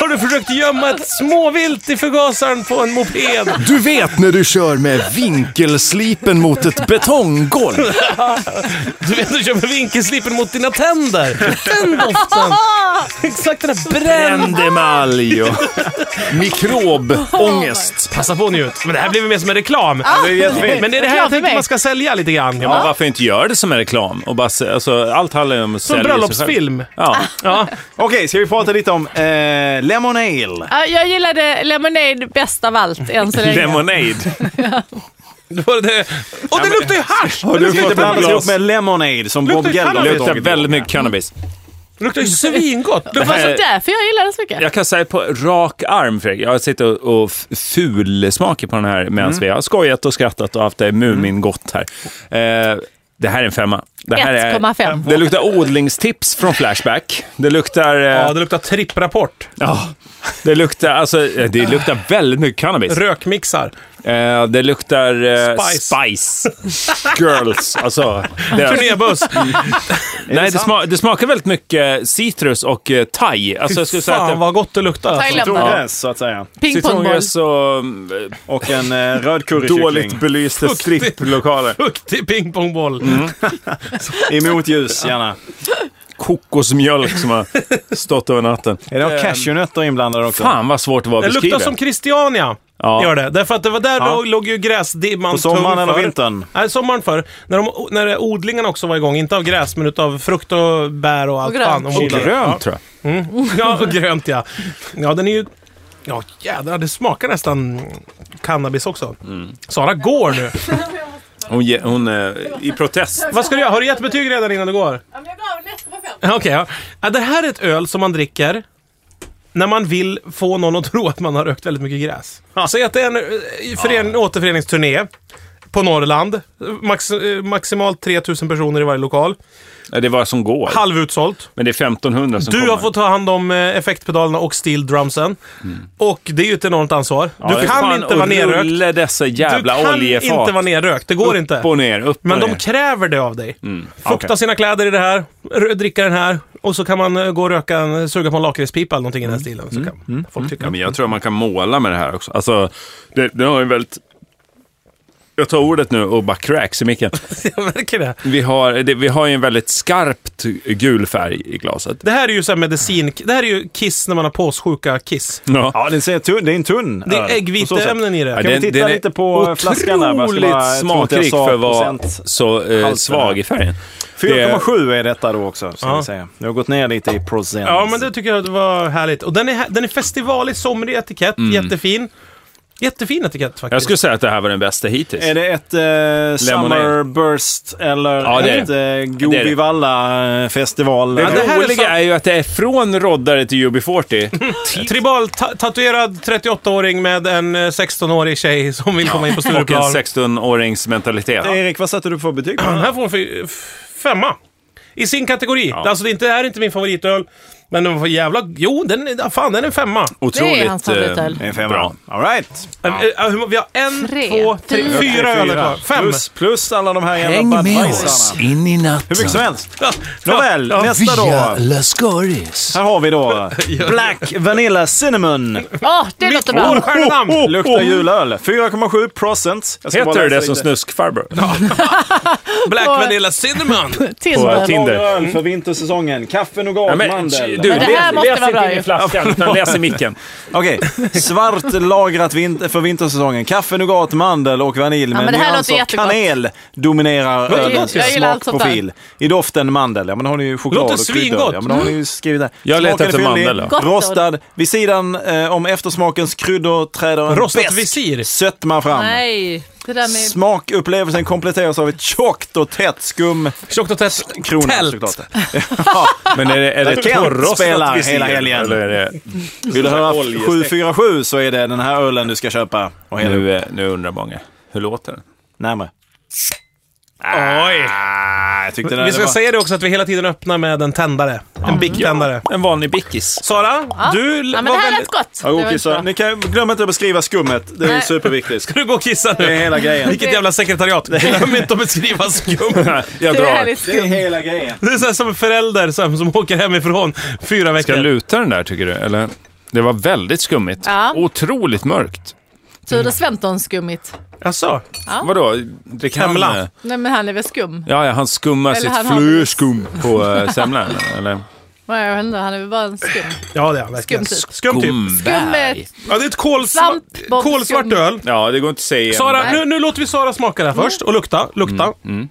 Har du försökt gömma ett småvilt i förgasaren på en moped? Du vet när du kör med vinkelslipen mot ett betonggolv. Du vet, du kör med vinkelslipen mot dina tänder. Den doften! Exakt den där bränd... Brändemalj och Mikrobångest. Passa på nu. Men det här blev ju mer som en reklam. Det är jättefint. Men det är det här Ah, jag Reklam för tänkte mig. man ska sälja lite grann. Ja, men varför inte göra det som en reklam? Och bara, se- alltså, allt handlar ju om att Som en sälja sig själv. bröllopsfilm. Ja. Ja. Okej, ska vi prata lite om eh, Lemon Ale? Ja, Jag gillade Lemonade bäst av allt än så länge. Lemonade. Det var det. Och det luktar ju hasch! Har Det du luktar ju inte blandat bärs. ihop med Lemonade som Bob Luktar Geldof cannabis. har Luktar tagit väldigt mycket cannabis. Det luktar ju svingott. Det var här- så därför jag gillade det så mycket. Jag kan säga på rak arm, Fredrik, jag sitter och, och f- fulsmakar på den här medan Mm. vi har skojat och skrattat och haft det Mumingott här. Eh, det här är en femma. Det här är- 1,5. Det luktar odlingstips från Flashback. Det luktar... eh, Ja, det luktar tripprapport. Ja, det luktar, alltså, eh, det luktar väldigt mycket cannabis. Rökmixar. Eh, det luktar eh, Spice. spice. Girls. Alltså, deras, Turnébuss. nej, det, sma, det smakar väldigt mycket citrus och eh, thai. Alltså, jag skulle säga att Fan det, vad gott det luktar. Alltså. Thailand. Citrongräs, så att säga. Pingpongboll. citrongräs och eh, Och en eh, röd dåligt currykyckling belysta stripplokaler. Duktig pingpongboll. Mm. i motljus gärna. Kokosmjölk som har stått över natten. Är Eh. det cashewnötter inblandade också? Fan vad svårt det var att Det beskriva. luktar som Christiania. Ja. Gör det. Därför att det var där låg, låg ju gräsdimman På sommaren tung eller för. vintern? Nej, sommaren för. När, de, när odlingarna också var igång. Inte av gräs, men utav frukt och bär och allt grönt. fan. de Och odlade. grönt tror jag. Ja, och grönt ja. Ja, den är ju... Ja, jädrar. Det smakar nästan cannabis också. Mm. Sara går nu. Hon, ge- hon eh, i protest. Vad ska du göra? Har du gett betyg redan innan du går? Jag gav en 1,5. Ja, Okej, ja. ja. Det här är ett öl som man dricker när man vill få någon att tro att man har rökt väldigt mycket gräs. Säg att det är en, eh, fören, återföreningsturné på Norrland. Max, eh, maximalt 3000 personer i varje lokal. Ja, Det var som går. Halvutsålt. Men det är 1500 som Du kommer. har fått ta hand om eh, effektpedalerna och steel drumsen. Och det är ju ett enormt ansvar. Mm. Ja, du kan fan, inte vara och nerrökt. Rulla dessa Du jävla kan oljefat. inte vara nerrökt. Det går inte. Upp och ner, upp Men och de ner. kräver det av dig. Fukta Mm, okej. sina kläder i det här, r- dricka den här och så kan man eh, gå och röka, en, suga på en lakritspipa eller någonting i den Mm. stilen. Så kan folk tycka. Ja, men jag tror att man kan måla med det här också. Alltså, det, det har ju väldigt... Jag tar ordet nu och bara cracks i micken. Jag märker det. Vi har, det, vi har ju en väldigt skarpt gul färg i glaset. Det här är ju så här medicin... Det här är ju kiss när man har påssjuka kiss. Ja. Ja, den ser tunn, det är en tunn Det öl. är På så sätt. äggviteämnen i Ja, det. Kan vi titta är lite på eh, flaskan där? Bara skulle Otroligt bara- jag tror inte jag smakrik sa för att vara procent. så eh, halten svag här. i färgen. Det är- 4,7 är detta då också, ska Ja. vi säga. Jag har gått ner lite i procent. Ja, men det tycker jag var härligt. Och den är, här- den är festivalig, somrig etikett, jättefin. Jättefin etikett faktiskt. Mm. Jag skulle säga att det här var den bästa hittills. Är det ett eh, Summer Burst eller Ja, det är ett eh, Govivalla-festival? Det Ja, det här är roliga är, så- ju att det är från roddare till UB40. Tribal, ta- tatuerad 38-åring med en eh, 16-årig tjej som vill komma in på och en Stureplan. 16-årings mentalitet. Erik, vad satte du för betyg på Den den? här får en fy- f- femma. I sin kategori. Alltså det är inte, det här är inte min favoritöl. Men den var jävla... Jo, den är, fan den är en femma. Otroligt Det är hans favoritöl. eh, Det är en femma. bra. All right. Eh, eh, hur må- Vi har en, Tre. två, tre, Fyra. fyra öl kvar. Fem. Plus, plus alla de här Häng jävla med oss Budweiserna. in i Hur mycket som natten. helst. Ja, Nåväl, ja. nästa då. Via Lascaris. Här har vi då Black Vanilla Cinnamon. Åh, det låter bra. Stjärnamn. Mm, Luktar julöl. 4,7 procent. Jag ska bara Oh, Heter det läsa det som lite. snuskfarbror? Black Vanilla Cinnamon. På Tinder. Lång Tinder? öl för vintersäsongen. Kaffe, nougat, Mm. Ja, men, mandel. du, Men det här läs, måste läs vara bra inte i ju. flaskan, utan läs i micken. Okej, svart lagrat vin- för vintersäsongen. Kaffe, nougat, mandel och vanilj men med det här nyanser. låter jättegott. alltså Kanel dominerar Låter gott ölens ju. Jag gillar allt sånt där. smakprofil. I doften mandel, ja men då har ni ju choklad Låter och kryddor. svingott. Ja men då har ni ju skrivit där. Jag letar Smaken är efter fyllig, mandel, ja. Rostad. Vid sidan eh, om eftersmakens kryddor träder en Rostat besk visir. sötma fram. Nej, det där med... Smakupplevelsen kompletteras av ett tjockt och tätt skum Tjockt och tätt. krona Tält. såklart. Men är det, är det Kent spelar torrrostat visir, hela helgen. Eller är det, Vill du höra Oljesteak. 747 så är det den här ölen du ska köpa. Och hela nu, eh, nu undrar många, hur låter den? närmare. Oj! Ah, jag tyckte det Vi det ska var... säga det också att vi hela tiden öppnar med en tändare. En bicktändare. En vanlig bickis. Sara, du ja, men det var här lät väldigt... gott. Jag går Det och var kissar. jättebra. Ni kan, glöm inte att beskriva skummet. Det är Nej. superviktigt. Du går och kissar Det är nu. hela grejen. Vilket jävla sekretariat. Glöm inte att beskriva skum. Jag Det är drar. härligt Det är skumt. hela grejen. Det är så här som en förälder som, som åker hemifrån fyra Ska veckor. jag luta den där tycker du? Eller? Det var väldigt skummigt. Ja. Otroligt mörkt. Ture Sventon-skummigt. Jaså? Vadå? Det kan... Semla. eh, Nej men han är väl skum? Ja, ja, han skummar Eller han sitt har- flöskum på eh, semlan. Eller? Nej, jag vet inte, han är väl bara en skum. Ja, det är han verkligen. Skum typ. Skum typ. Skummet. Ja, det är ett kolsvart, Svamp, bob, kolsvart skum. Mm. öl. Ja, det går inte att säga. Sara, nu, nu låter vi Sara smaka det här först och lukta. lukta. Mm,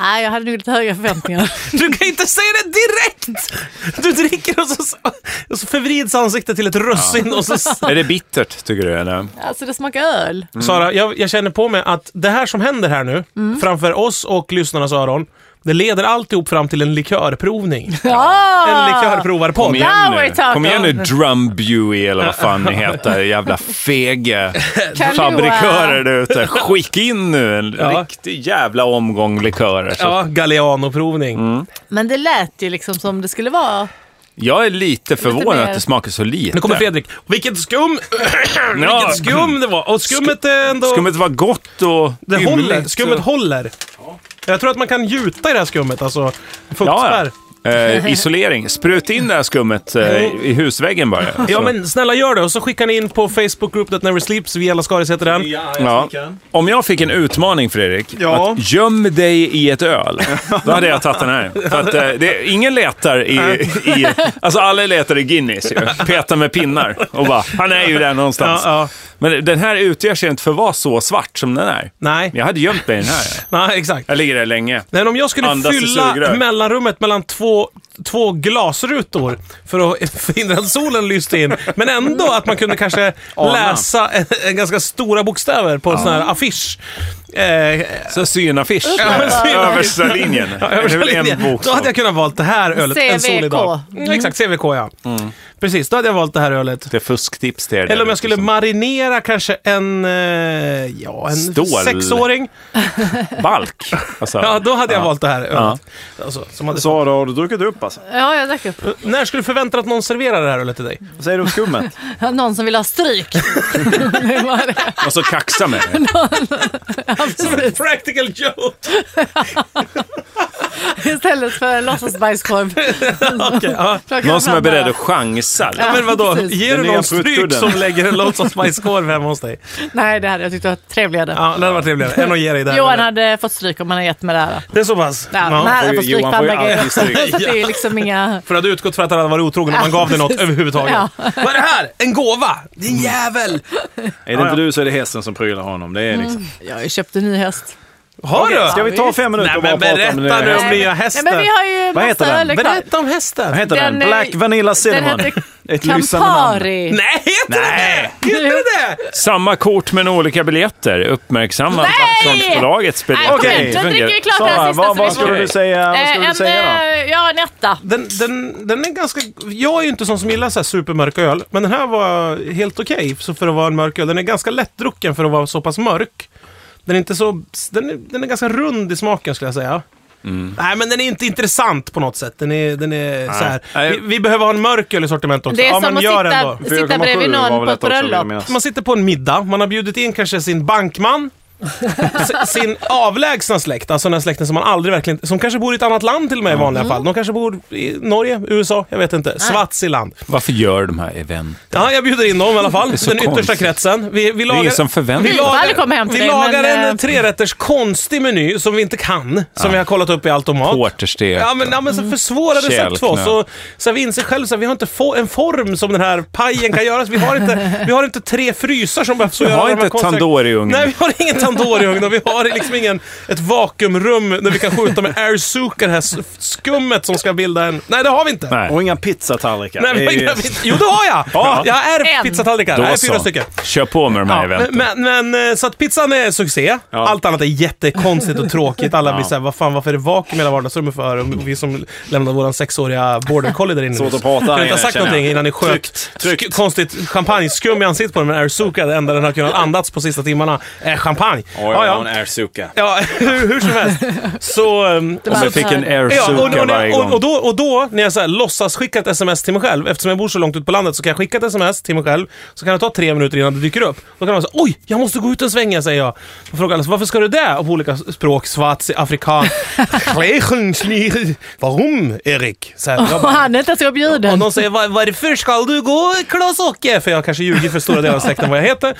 Nej, jag hade nog lite höga förväntningar. Du kan inte säga det direkt! Du dricker och så, och så förvrids ansiktet till ett russin och så... Är det bittert tycker du? Eller? Alltså det smakar öl. Mm. Sara, jag, jag känner på mig att det här som händer här nu, Mm. framför oss och lyssnarnas öron, det leder alltihop fram till en likörprovning. Ja! En Kom likörprovarpodd. igen Now nu. we're talking. Kom igen nu, Drum Buey eller vad fan ni heter. Jävla fege Kahlua. fabrikörer där ute. Skicka in nu en Ja. riktig jävla omgång likörer. Så. Ja, Gallianoprovning. Mm. Men det lät ju liksom som det skulle vara. Jag är lite förvånad mer. att det smakar så lite. Nu kommer Fredrik. Vilket skum! Ja, Vilket skum det var! Och skummet är ändå... Skummet var gott och Det ymnigt håller. Skummet och- håller. Jag tror att man kan gjuta i det här skummet, alltså Ja, fuktspärr. Ja, ja. Eh, isolering. Spruta in det här skummet eh, i i husväggen bara. Så. men snälla gör det. Och så skickar ni in på Facebookgruppen That Never Sleeps, vi alla Skaris heter den. Ja. Om jag fick en utmaning, Fredrik, Ja. att göm dig i ett öl, då hade jag tagit den här. För att, eh, det, ingen letar i, i... Alltså, alla letar i Guinness ju. Petar med pinnar och bara, han är ju där någonstans. Ja, ja. Men den här utgör sig inte för att vara så svart som den är. Nej. Jag hade gömt mig i den här. Nej, exakt. Jag ligger där länge. Men om jag skulle Andas i fylla sugrör. mellanrummet mellan två, två glasrutor för att förhindra att solen lyste in, men ändå att man kunde kanske läsa en, en ganska stora bokstäver på en sån här affisch. Eh, Så synaffisch. Översta linjen. Det är väl en bok. då hade jag kunnat valt det här ölet en solig dag. CVK. Mm. Exakt, CVK ja. Mm. Precis, då hade jag valt det här ölet. Det är fusktips till er. där Eller om ute jag skulle som- marinera kanske en, eh, ja, en Stål. sexåring. Balk. Alltså, Ja, då hade jag ja. valt det här ölet. Alltså, som hade... Sara, har du druckit upp alltså? Ja, jag drack upp. När skulle du förvänta dig att någon serverar det här ölet till dig? Vad säger du om skummet? Någon som vill ha stryk. det var det. Och så kaxa med det. Practical joke! Istället för en låtsasbajskorv. Okej, ja. Någon som är beredd att chansa. ja, men vadå? precis. Ger Den du nya någon stryk pruttkudden. som lägger en låtsasbajskorv hemma hos dig? Nej, det hade jag tyckt var trevligare. Ja, det hade varit trevligare än att ge dig det. här Johan ölet. hade fått stryk om han hade gett mig det här. Det är så pass? Ja, men här hade jag fått stryk på Johan får ju andra grejer. alltid Så stryk. att det är liksom inga... För du hade utgått för att han hade varit otrogen om Ja, man gav dig något precis. överhuvudtaget. Ja. Vad är det här? En gåva? Din Mm. jävel! Är det inte du så är det hästen som prylar honom. Det är Mm. liksom... Jag har ju köpt en ny häst. Har du? Ska vi ta fem minuter Nej, och bara men prata om det? berätta nu om här? nya Nej, hästen. men vi har ju Vad heter den? massa öl kvar. Berätta om hästen. Vad heter den? Den är- Black Vanilla Den Cinnamon. heter Ett lysande namn. Campari. Nej, heter Nej. det det? Heter det det? Samma kort men olika biljetter. Uppmärksamma Nej! Vaxholmsbolagets biljetter. Okej. Okej, då dricker vi klart det här Sara, sista vad, vad så vi skulle får... du säga, vad skulle du säga då? eh, ja, en etta. Den, den, den är ganska... Jag är ju inte sån som gillar så här supermörka öl, men den här var helt okej så för att vara en mörk öl. Den är ganska lättdrucken för att vara så pass mörk. Den är inte så... Den är, den är ganska rund i smaken skulle jag säga. Mm. Nej, men den är inte intressant på något sätt. Den är, den är så här. Nej. Vi, vi behöver ha en mörk öl i sortimentet också. Det är ja, som men att gör sitta, ändå. eh, sitta 4,7 bredvid var någon väl på ett detta också, vill jag bröllop. minnas. Man sitter på en middag, man har bjudit in kanske sin bankman, s- sin avlägsna släkt, alltså den här släkten som man aldrig verkligen, som kanske bor i ett annat land till och med i vanliga Mm. fall. De kanske bor i Norge, USA, jag vet inte, Swaziland. Varför gör de här event? Ja, jag bjuder in dem i alla fall, den så yttersta konstigt. kretsen. Vi, vi Det är lagar, ingen som förväntar vi sig. lagar, aldrig komma hem till vi dig, lagar men, en eh, trerätters konstig meny som vi inte kan, som vi har kollat upp i automat. Porterstek. Ja men, ja, men så försvårar det sagt för oss. Kälknö. Och, så här, vi inser själv att vi har inte få, en form som den här pajen kan göras. Vi har inte, vi har inte tre frysar som behövs. för att Vi har göra de här inte konstiga- tandoori-ugn. Nej, vi har ingen tandooriugn och vi har liksom ingen, ett vakuumrum där vi kan skjuta med airsuka det här s- skummet som ska bilda en... Nej, det har vi inte. Nej. Nej. Och inga pizzatallrikar. vi har Det är ju- inga pizza- Jo, det har jag! Jag har ärvt En. pizzatallrikar. Då Nej, fyra så. stycken. Kör på med de här Ja, eventen. men, men, men, eh, så att pizzan är succé. Allt annat är jättekonstigt och tråkigt. Alla blir såhär, vad fan varför är det vakuum i hela vardagsrummet för? Och vi som lämnade våran sexåriga border collie där inne. Svårt att prata Kunde inte igen, ha sagt känner jag. någonting innan ni sköt sk- konstigt champagneskum i ansiktet på den. Men Airzuka, det enda den har kunnat andats på sista timmarna, är champagne. arg. Oj, ja, hon ja. är suka. Ja, hur, hur som helst. Så... ehm, Det Och var så Alltså, fick en förhör. airsuka Ja, och, och, varje och, gång. och, då, och då, när jag så här, låtsas skicka ett sms till mig själv, eftersom jag bor så långt ut på landet, så kan jag skicka ett sms till mig själv, så kan det ta tre minuter innan det dyker upp. Då kan man säga oj, jag måste gå ut en svänga, säger jag. Då frågar alla, varför ska du det? Och på olika språk, svart, afrikan. Varum, Erik? Så här, jag Och bara, han är inte ens och bjuden. någon säger "Var- varför ska du gå Klas-Åke? För jag har kanske ljugit för stora delar av släkten vad jag heter.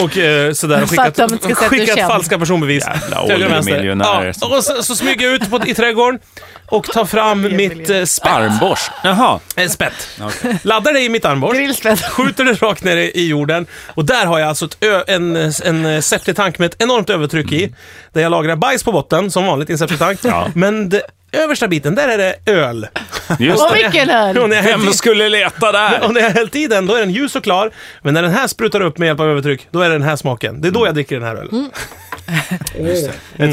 Och eh, sådär och För att skickat, de inte ska se att du är skickat känd. falska personbevis. Jävla Till höger och vänster. oljemiljonärer. Ja, och så, så smyger jag ut på, i trädgården och tar fram mitt eh, spett. Armborst. Jaha. Eh, spett. Laddar det i mitt armborst. Grillspett. Skjuter det rakt ner i jorden. Och där har jag alltså ett ö, en, en eh, septitank med ett enormt övertryck i. Där jag lagrar bajs på botten, som vanligt i en septitank. Men det, översta biten, där är det öl. Just Och det. vilken öl! Och när jag hämtar Vem skulle leta där? och när jag har hällt i den, då är den ljus och klar. Men när den här sprutar upp med hjälp av övertryck, då är det den här smaken. Det Mm. är då jag dricker den här ölen.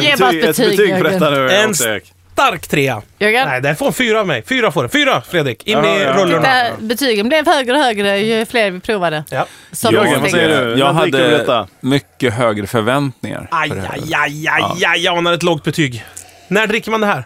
Ge bara ett Ett betyg, betyg på detta nu. En också, Erik. stark trea. Jörgen? Nej, den får en fyra av mig. Fyra får den. Fyra, Fredrik. In Ja, i ja. rullorna. Där, betygen blev högre och högre ju fler vi provade. Ja. Som Jörgen, åsikt. vad säger du? Jag Vad dricker du hade detta? mycket högre förväntningar. Aj, aj, aj, aj, aj, jag anar ett lågt betyg. När dricker man det här?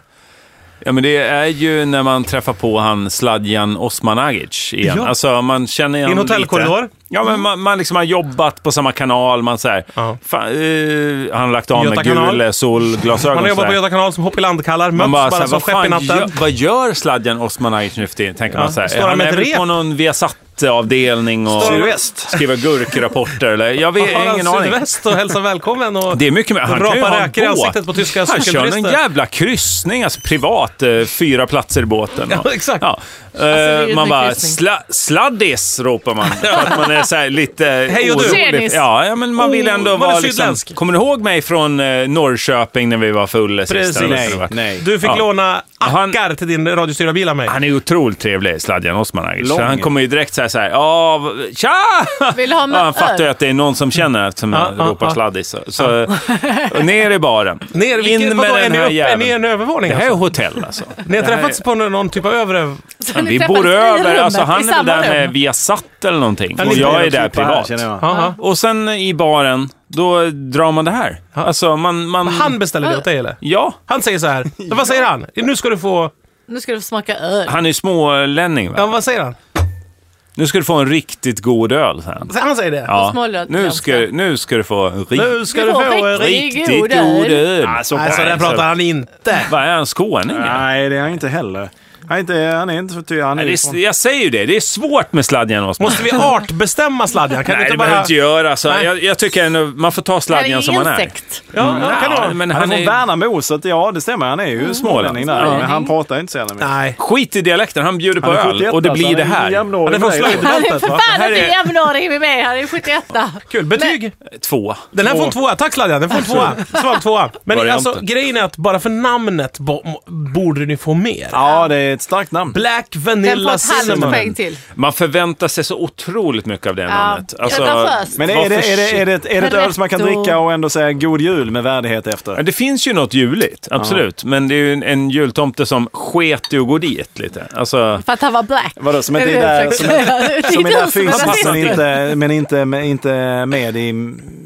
Ja, men det är ju när man träffar på han Sladjan Osmanagic igen. Ja. Alltså, man känner igen I en hotellkorridor? Mm. lite. Ja, men man, man liksom har jobbat på samma kanal. Man så här, Ja. fan, eh, han har lagt av Göta med kanal. gula solglasögon. Man har så jobbat här. på Göta kanal som Hoppiland-kallar, möts Man bara, bara, så här, som vad, skepp i fan, gör, natten. vad gör Sladjan Osmanagic nu för tiden? Tänker man så här. står han Han med är ett väl rep? på någon Viasat-avdelning och Står han- skriver gurkrapporter. Eller? Jag vet, Har han ingen aning. sydväst och hälsar välkommen och Det är mycket mer. Han kan ju rapar ha en räkor i båt. ansiktet på tyska Han kör en cykelturister. jävla kryssning, alltså privat, eh, fyra platser i båten. Ja, exakt. Ja. Eh, är ju man en bara, kryssning. sla, sladdis ropar man. För att man är så här lite Hej och du. Tjenis. Ja, ja, men man vill Oh, ändå man är vara liksom, sydländsk. Kommer du ihåg mig från eh, Norrköping när vi var fulla sist? Precis. Eller vad det Nej, var? nej. Du fick Ja. låna Han- ackar till din radiostyrda bil av mig. Han är otroligt trevlig, Sladjan Osmanagic. Så Lång. Han kommer ju direkt så här, så här "Ja, v- tja! Vill du ha med Ja, han fattar öl? ju att det är någon som känner eftersom jag ja, ropar ja. sladdis. Så, så och ner i baren. Ner, vilken, vadå, är ni uppe? Är ni i en övervåning? Det här är alltså? hotell alltså. Ni har Det här är- träffats på någon, någon typ av övre... Så Men ni vi träffades bor i över, rummet, alltså i han är väl samma där med rum. Viasat eller någonting. Ja, Och ni jag bor är där Klippa här, privat. känner jag. Aha. Och sen i baren, då drar man det här. Alltså man... man... Han beställer det åt dig eller? Ja. Han säger så här. Men vad säger han? Nu ska du få... Nu ska du få smaka öl. Han är ju smålänning. Ja, Va? vad säger han? Nu ska du få en riktigt god öl. säger han. Han säger det. Ja. Smålänning, Nu alltså. ska, nu ska du få en Nu rik, ska du få en rik... riktigt riktigt god god öl. öl. Ah, så- Nej, så där Nej, pratar han inte. Vad är han, skåning? eller? Nej, det är han inte heller. Han är inte, han är inte, ty, han är Nej, det är, ifrån- jag säger ju det, det är svårt med Sladjan Osman. Måste vi artbestämma sladjan? Kan Nej, du det inte bara... behöver inte göra. Alltså, jag, jag tycker ändå, man får ta Han är Sladjan som han är. insekt. Ja, ja, kan det Ja, vara. men Han han är från är, Mm. Värnamo, så att, ja det stämmer. Han är ju smålänning där. Ja. Men han pratar inte så jävla mycket. Nej. skit i dialekten, han bjuder på Han är öl 71, och det alltså. blir det Han är här. jämnårig Han är från med dig. Han är slagbältet Alltså, för va? fan här inte är- jämnårig med mig, han är 71. Kul. Betyg? Två. Den här får en tvåa. Tack sladjan, den får en tvåa. Svag tvåa. Men Varianten. alltså grejen är att bara för namnet bo- borde ni få mer. Ja, det är ett starkt namn. Black Den får Vanilla ett halvt Cinnamon. poäng till. Man förväntar sig så otroligt mycket av det namnet. Alltså, Pretentiöst. Men är var det, är det, är det, ett, är det ett öl som man kan Corretto. dricka och ändå säga god jul med värdighet efter? Ja, det finns ju något juligt, absolut. Men det är ju en, en jultomte som sket i att gå dit lite. Alltså, För att han var black. Vadå, som inte Det är där- det jag som- försöker säga. Det är Som du är där som är fysiskt rasist. men inte, men inte, men inte med i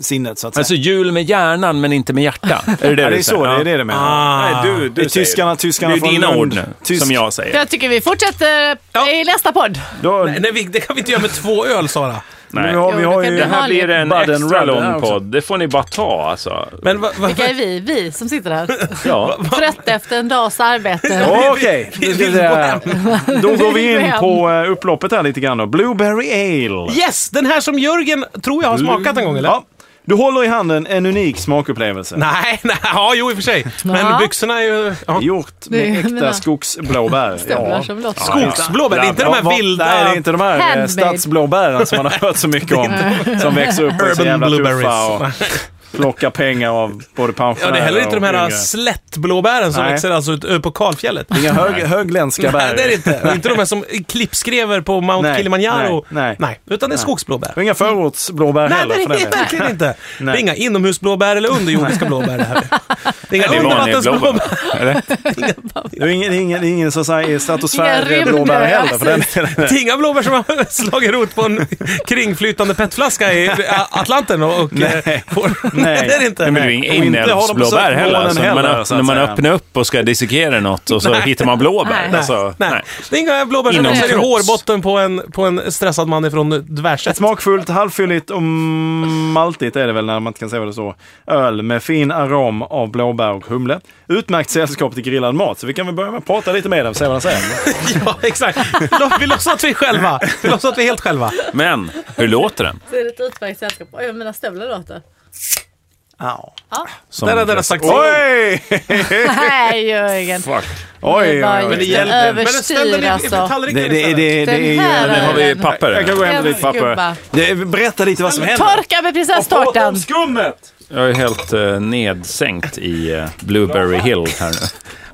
sinnet så att säga. alltså jul med hjärnan men inte med hjärta. Är det det ja, det är du så, det säger? är det det menar. Ah. Nej, du, du Det är säger tyskarna, det. tyskarna Det är från ju dina Lund. ord nu, Tysk- som jag säger. Jag tycker vi fortsätter Ja. i nästa podd. Då, Nej, nej, vi- det kan vi inte göra med två öl Sara. Nej. Nu har, vi Jo, har det ju... Det här blir en Baden extra Rudder här lång också. podd. Det får ni bara ta alltså. Men va, va, Vilka är vi? Vi som sitter här. Ja. Trött efter en dags arbete. Okej, Vi- vi- det- vi det- går hem. då går vi Vi går in hem. på eh, upploppet här lite grann då. Blueberry Ale. Yes! Den här som Jörgen tror jag har Mm. smakat en gång eller? Ja. Du håller i handen en unik smakupplevelse. Nej, nej, ja jo i och för sig. Men Ja. byxorna är ju... Ja. Gjort Det är med mina- äkta skogsblåbär. Stövlar som låter. Skogsblåbär, det är inte de Ja, här va- Nej, det vilda... är inte de här Handmade. Handmade. stadsblåbären som man har hört så mycket om. som växer upp och är så Urban jävla tuffa och blueberries. plockar pengar av både pensionärer Ja, det är heller inte och de här eh, yngre. slättblåbären som Nej. växer alltså ut ö, på kalfjället. Inga hög, högländska bär. Nej, det är det inte. Och inte de här som klippskrever på Mount Nej, Kilimanjaro. nej, nej. utan det är skogsblåbär. Och Inga förortsblåbär Nej, heller det för den är det delen. verkligen inte. Det är Nej. inga inomhusblåbär eller underjordiska blåbär det här. Det är inga Det var en undervattensblåbär. blåbär. Eller? Det är ingen, ingen, ingen som säger i Inga stratosfär rymder, blåbär heller. ja, För den delen. Det är inga blåbär som har slagit rot på en kringflytande petflaska i Atlanten och, och Nej. Får, Nej. det är det inte. Nej, men det är ju Och inte har de inälvsblåbär besökt heller. månen Alltså, när man, heller, öpp- så att när man säga. öppnar upp och ska dissekera något och så hittar man blåbär. Nej. Alltså, Nej. nej. det är inga blåbär som Inom växer i kropps. hårbotten på en, på en stressad man ifrån Dvärset. Smakfullt, halvfylligt och maltigt är det väl när man inte kan säga vad det står. Öl med fin arom av blåbär och humle. Utmärkt sällskap till grillad mat. Så vi kan väl börja med att prata lite med dem och se vad de säger. Ja, exakt. Lå- Vi låtsas att vi är själva. Vi låtsas att vi är helt själva. Men, hur låter den? Det är ett utmärkt sällskap. Oj, mina stövlar låter. Au. Som Där hade de den flesta- sagt Oj! Nej, Jörgen. Oj, var oj, ju oj. Men det hjälper. Men ställ den i, i alltså. tallriken Det, det, det, det Den är här ju... Nu har vi papper. Jag kan gå och hämta lite Gubbar. papper. Det, berätta lite vad som händer. Torka med Prata om prinsesstårtan. skummet! Jag är helt eh, nedsänkt i eh, Blueberry Hill här nu.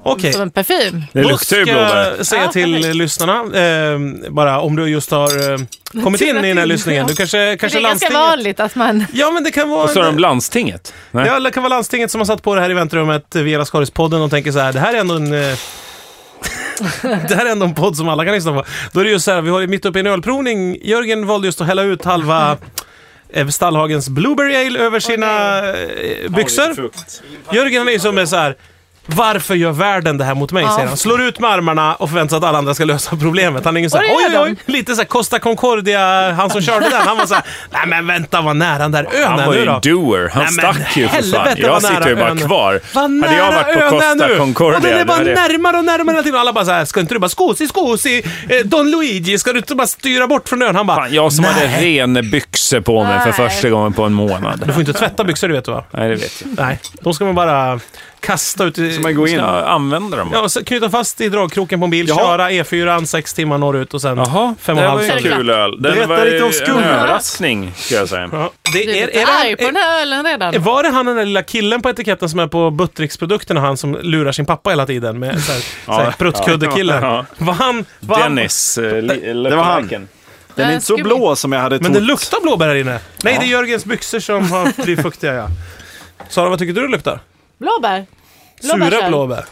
Okej. Som en parfym. Det Då luktar ju ska blåbär. jag eh, säga Ja, till perfekt. lyssnarna, eh, bara om du just har eh, kommit in i den här lyssningen. Du kanske, Det kanske är ganska landstinget... vanligt att man... Ja, men det kan vara... Vad sa de om landstinget? Nej. Ja, det kan vara landstinget som har satt på det här i väntrummet eh, via Lascaris-podden och tänker så här, det här är ändå en... eh, det här är ändå en podd som alla kan lyssna på. Då är det just så här, vi har mitt uppe i en ölprovning. Jörgen valde just att hälla ut halva eh, Stallhagens Blueberry Ale över sina eh, byxor. Jörgen han är ju som är så här, varför gör världen det här mot mig? Ja. Säger han. Slår ut med armarna och förväntar sig att alla andra ska lösa problemet. Han är ingen så här, Och det oj, oj, gör oj. Lite så här Costa Concordia, han som körde den, han var så här, nej men vänta vad nära den där ön Han är var ju nu då. en doer. Han Nej, men stack ju för fan. helvete, Jag vad sitter nära ju bara ön. kvar. Vad Hade jag varit på ön är Costa nu. Concordia... Och den är då bara hade jag- närmare och närmare hela tiden. Och Alla bara så här, ska inte du bara skosi, skosi, eh, Don Luigi, ska du inte bara styra bort från ön? Han bara, Fan, jag som hade ren byxor på mig för Nej. första gången på en du månad. får inte tvätta byxor du vet va? Nej, det vet jag. Nej, de ska man bara kasta ut i... Man går in. Jag använder dem. Ja, och så knyta fast i dragkroken på en bil, Jaha. köra E4 sex timmar norrut och sen fem och Jaha, det en var halv ju en timme. timme. kul öl. Den Berätta var ju lite om en skummet. överraskning, ska jag säga. Ja, det är, är, Är, arg på det, den här ölen redan. är, var det han den där lilla killen på etiketten som är på Buttericks-produkterna, han som lurar sin pappa hela tiden med så här, så här pruttkuddekillen? Ja. Var han... Var han Dennis. eh, Det Det var han. Den är inte så Skummigt. blå som jag hade trott. Men det luktar blåbär här inne. Nej, det är Jörgens byxor som har blivit fuktiga, ja. Sara, vad tycker du det luktar? Blåbär. Sura Blåbärskär. blåbär.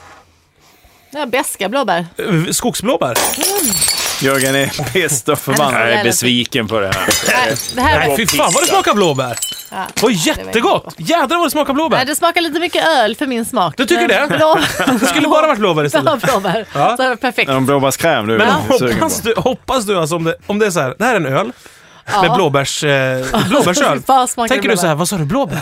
Ja, beska blåbär. Eh, Skogsblåbär. Jörgen är pest och förbannad. Jag är besviken på det här. Nej, det här Nej, fy fan vad det smakar blåbär! Ja, Det var jättegott! Jädrar vad det smakar Nej, blåbär! det smakar lite mycket öl för min smak. Du tycker Men det? Blå... Det skulle bara varit blåbär Ja, istället. blåbär. Ja. Så det var perfekt. De blåbärskräm nu. Men Jag är sugen hoppas på. du, hoppas du alltså om det, om det är så här, det här är en öl Ja. med blåbärs, eh, blåbärsöl. Fy fan, smakar det Tänker du så här, blåbär. vad sa du, blåbär?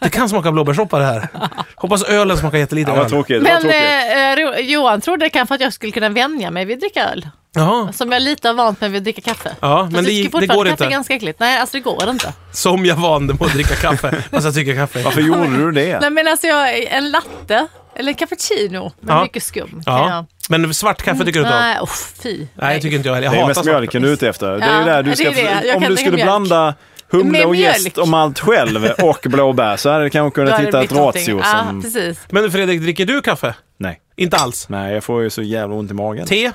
Det kan smaka blåbärssoppa det här. Hoppas ölen smakar jättelite Ja, vad öl. tråkigt. vad Men tråkigt. eh, Ro- Johan trodde kanske att jag skulle kunna vänja mig vid att dricka öl. Jaha. Som jag lite har vant mig vid att dricka kaffe. Ja, Fast men jag det- tycker det fortfarande går kaffe inte. är ganska äckligt. Nej, alltså det går inte. Som jag vande mig att dricka kaffe. Fast jag tycker kaffe är Varför gjorde du Nej, det? men alltså jag, en latte eller en cappuccino med Ja. mycket skum. kan Ja, men svart kaffe tycker du Jag. inte om? Nej, oh, fy. Nej, jag tycker inte jag heller. Jag Det är hatar mest svart. mjölken du är ute efter. Det är ju Ja, där du det ska, är det. Jag kan om du dricka skulle mjölk. blanda humle Med och mjölk. jäst och malt själv och blåbär så hade du kanske Då kunnat hade det hitta ett blivit någonting. ratio Ja, typ som... precis. Men Fredrik, dricker du kaffe? Nej. Inte alls? Nej, jag får ju så jävla ont i magen. Te?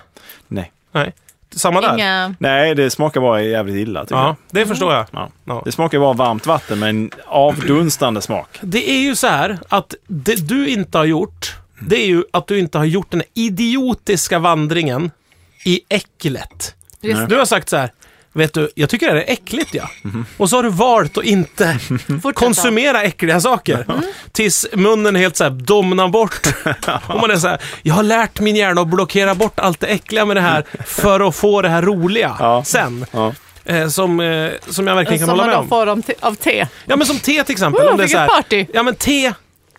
Nej. Nej. Samma där? Inga... Nej, det smakar bara jävligt illa tycker Ja, det förstår jag. jag. Ja. Ja. Det smakar bara varmt vatten med en avdunstande smak. Det är ju så här att det du inte har gjort, det är ju att du inte har gjort den här idiotiska vandringen i äcklet. Just Du har sagt så här, vet du, jag tycker det här är äckligt ja. Och så har du valt att inte konsumera äckliga saker. Mm. Tills munnen helt så här domnar bort. Och man är så här, jag har lärt min hjärna att blockera bort allt det äckliga med det här för att få det här roliga Ja. sen. Ja. Eh, som, eh, som jag verkligen kan Som hålla man med då om. får dem till, av te. Ja men som te till exempel. Oh, om det är vilket så här, party! Ja men te,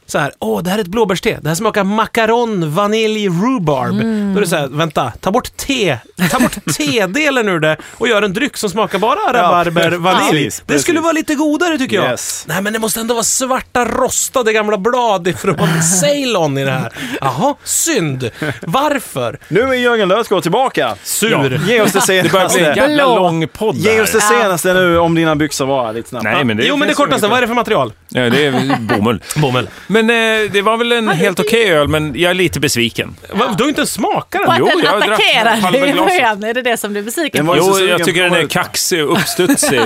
så här, åh det här är ett blåbärste. Det här smakar makaron, vanilj, rhubarb. Då är det så här, vänta, ta bort te, ta bort tedelen ur det och gör en dryck som smakar bara rabarber, vanilj. precis, det skulle precis. vara lite godare tycker jag. Yes. Nej men det måste ändå vara svarta rostade gamla blad ifrån Ceylon i det här. Jaha, synd. Varför? Nu är Jörgen Lötgård tillbaka! Sur. Ge oss det Det börjar bli en senaste. jävla lång podd Alltså, Ge oss det här. senaste nu om dina byxor bara lite snabbt. Nej, men det jo men det finns kortaste, inget- vad är det för material? Ja, det är bomull. Bomull. Men eh, det var väl en helt okej öl, men jag är lite besviken. Va, du har inte ens smakat Och den. Jo, att den jag drack attackerar halva dig i glaset. början. Är det det som du är besviken Den på? var ju så Jo, sugen jag tycker på den är ut. kaxig och uppstudsig.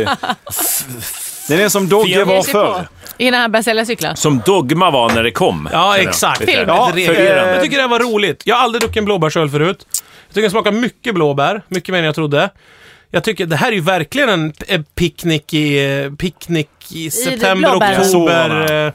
Den är som Dogge Fjäll- var Ge sig på. förr. Innan han började sälja cyklar. Som Dogma var när det kom. Ja, Eller, exakt. vet jag. Filmen. Ja, Förvirrande. jag tycker det här var roligt. Jag har aldrig druckit en blåbärsöl förut. Jag tycker den smakar mycket blåbär, mycket mer än jag trodde. Jag tycker det här är ju verkligen en p- eh, picknick i, eh, picknick i september, blåbären. oktober, eh,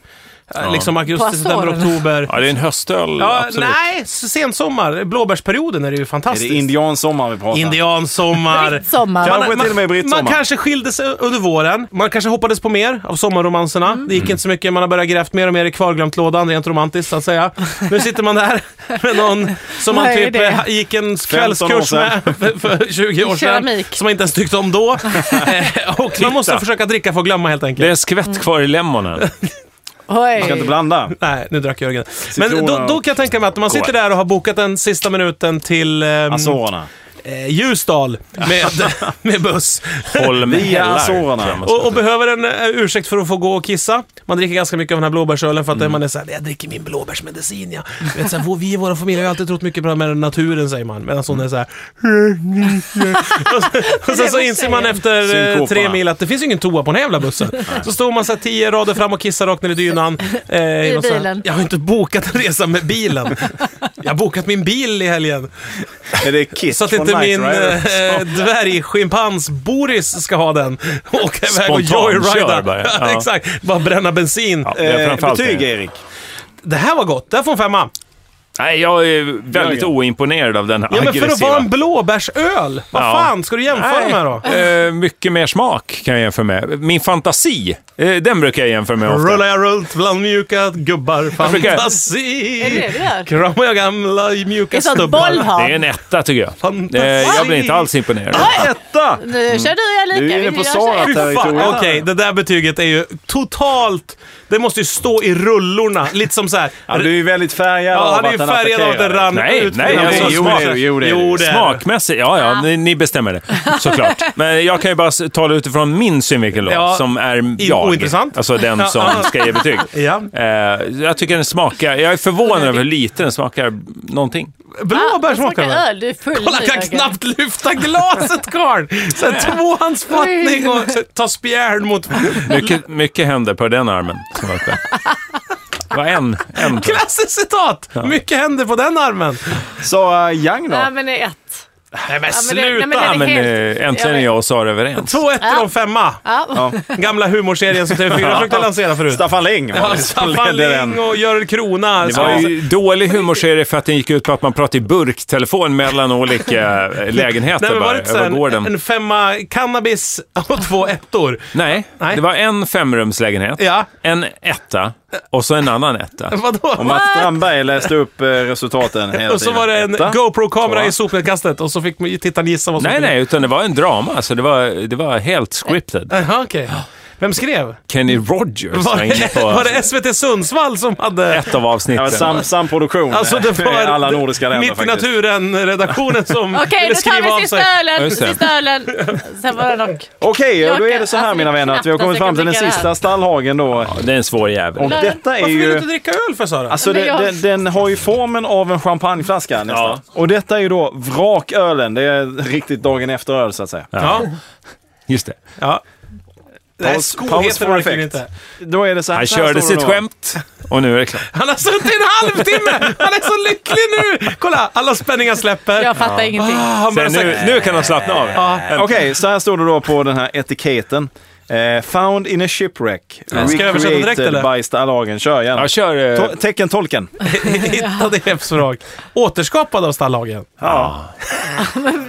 liksom På augusti, september, Azorerna. oktober. Ja, det är en höstöl, Ja, absolut. nej, s- sensommar. Blåbärsperioden är det ju Är fantastiskt. det indiansommar vi pratar? Indiansommar. Sommar. Kanske till och med brittsommar. man kanske skilde sig under våren. Man kanske hoppades på mer av sommarromanserna. Mm. Det gick inte så mycket. Man har börjat grävt mer och mer i kvarglömt-lådan, rent romantiskt så att säga. Nu sitter man där med någon som man Vad är typ det? eh, gick en år kvällskurs sedan. med för, för 20 år sedan. Keramik. Som man inte ens tyckte om då. Eh, och man måste försöka dricka för att glömma helt enkelt. Det är en skvätt kvar i lemonen. Oj. Ska inte blanda. Nej, nu drack Jörgen. Men Citroner då, då och- kan jag tänka mig att om man sitter där och har bokat den sista minuten till ehm, Azorerna. eh, Ljusdal med, med buss. Holm Via hällar, Azorerna. tror jag man ska Och, och behöver en eh, ursäkt för att få gå och kissa. Man dricker ganska mycket av den här blåbärsölen för att eh, man är såhär, jag dricker min blåbärsmedicin ja. Du Vet, såhär, vår- vi i vår familj har ju alltid trott mycket på det här med naturen säger man. Medan hon är såhär... och, sen- och sen så vad inser säger man jag? efter eh, tre Synkoperna. mil att det finns ju ingen toa på den här jävla bussen. så står man såhär tio rader fram och kissar rakt ner i dynan. eh, I något sånt här- bilen. Jag har inte bokat en resa med bilen. jag har bokat min bil i helgen. Är det Kiss Så att från inte Knight min Rider? äh, dvärgschimpans Boris ska ha den. Och åka iväg och Spontankör joyrida. bara, ja. Ja. Exakt, bara bränna bensin. Ja, det är Eh, framförallt betyg, det. Erik. Det här var gott, det här får en femma. Nej, jag är väldigt Jörgen. oimponerad av den här Ja, men för att aggressiva. vara en blåbärsöl, vad Ja. fan ska du jämföra Nej, med då? Eh, mycket mer smak kan jag jämföra med. Min fantasi, eh, den brukar jag jämföra med ofta. Rullar jag runt bland mjuka gubbar, brukar- Är det det fantasi. du gör? Kramar jag gamla Det är mjuka sånt stubbar. Det är bollhav. en etta tycker jag. Fantasi. Eh, jag blir inte alls imponerad. Etta! Nu kör du jag lika. Du är inne Vill på jag köra? Sara. Fy fan, Okej, Territoriella. det där betyget är ju totalt... Det måste ju stå i rullorna. Lite som så här. Ja, du är ju väldigt färgad Ja, av han är att ju han färgad av att det attackerade. rann Nej, ut. nej, genom alltså, hans jo, smak. det är det, jo, det är det. Jo, det är det. Smakmässigt, ja, ja, ni, ni bestämmer det. Såklart. Men jag kan ju bara s- tala utifrån min synvinkel då, Ja, som är jag. ointressant. Alltså den som Ja. ska ge betyg. Ja. Eh, jag tycker den smakar, jag är förvånad över hur lite den smakar någonting. Blåbär Ah, smakar det det. öl. Du är full Kolla, nu, kan Jörgen. knappt lyfta glaset karln! Såhär tvåhandsfattning och så ta spjärn mot... Mycket, mycket händer på den armen. som var uppe. Det var en, en tror jag. Klassiskt citat! Mycket händer på den armen. Sa uh, Young då? Nej, men det är ett. Nej men men det- nej, men sluta! Ja, men helt- eh, äntligen är jag och Sara överens. Två ettor och en femma. Ja. Gamla humorserien som TV4 försökte lansera förut. Staffan Ling var det som Staffan ledde den. Ling och Görel Krona. Det var ju dålig humorserie för att den gick ut på att man pratade i burktelefon mellan olika eh, lägenheter Nej, men var bara, det inte så över här en, gården. en femma cannabis och två ettor? Nej, Nej. det var en femrumslägenhet, Ja. en etta och så en annan etta. Vadå? Och Mats Strandberg läste upp eh, resultaten hela Och så var det en Etta. GoPro-kamera Tvåa. i sopnedkastet och så fick man- tittaren gissa vad som Nej, nej, utan det var en drama, så det var, det var helt scripted. Jaha, okej. Vem skrev? Kenny Rogers Var var inne det, var på det SVT Sundsvall som hade... ett av Ja, avsnitten. men sam, samproduktion Alltså det var i alla nordiska länder Mitt i faktiskt. naturen-redaktionen som Okej, ville nu tar skriva av vi sig. sista ölen. Just det. Sista ölen. Sen var det nog. Okej, Jag då är kan- det så här alltså, mina det är vänner att vi har knappt att kommit jag fram kan till den dricka det här. sista stallhagen då. Ja, det är en svår jävel. Och detta är Varför vill du ju... inte dricka öl för Sara? Alltså Men den, jag- den, den har ju formen av en champagneflaska nästan. Ja. Och detta är ju då vrakölen. Det är riktigt dagen efter öl så att säga. ja. Just det. ja. Nej, Paus- sko paus heter det for verkligen effect. inte. Då är det så här. Han så här körde står det sitt då. skämt och nu är det klart. Han har suttit i en halvtimme! Han är så lycklig nu! Kolla, alla spänningar släpper. Jag fattar ingenting. Ah, han börjar Sen nu, säga... nu kan han slappna av. Ja. Okej, så här står det då på den här etiketten. Eh, found in a shipwreck. Ska jag översätta direkt, eller? by Stallagen. Kör gärna. Jag kör... eh, To- teckentolken. Hittade Hepsvrak. Återskapad av Stallhagen.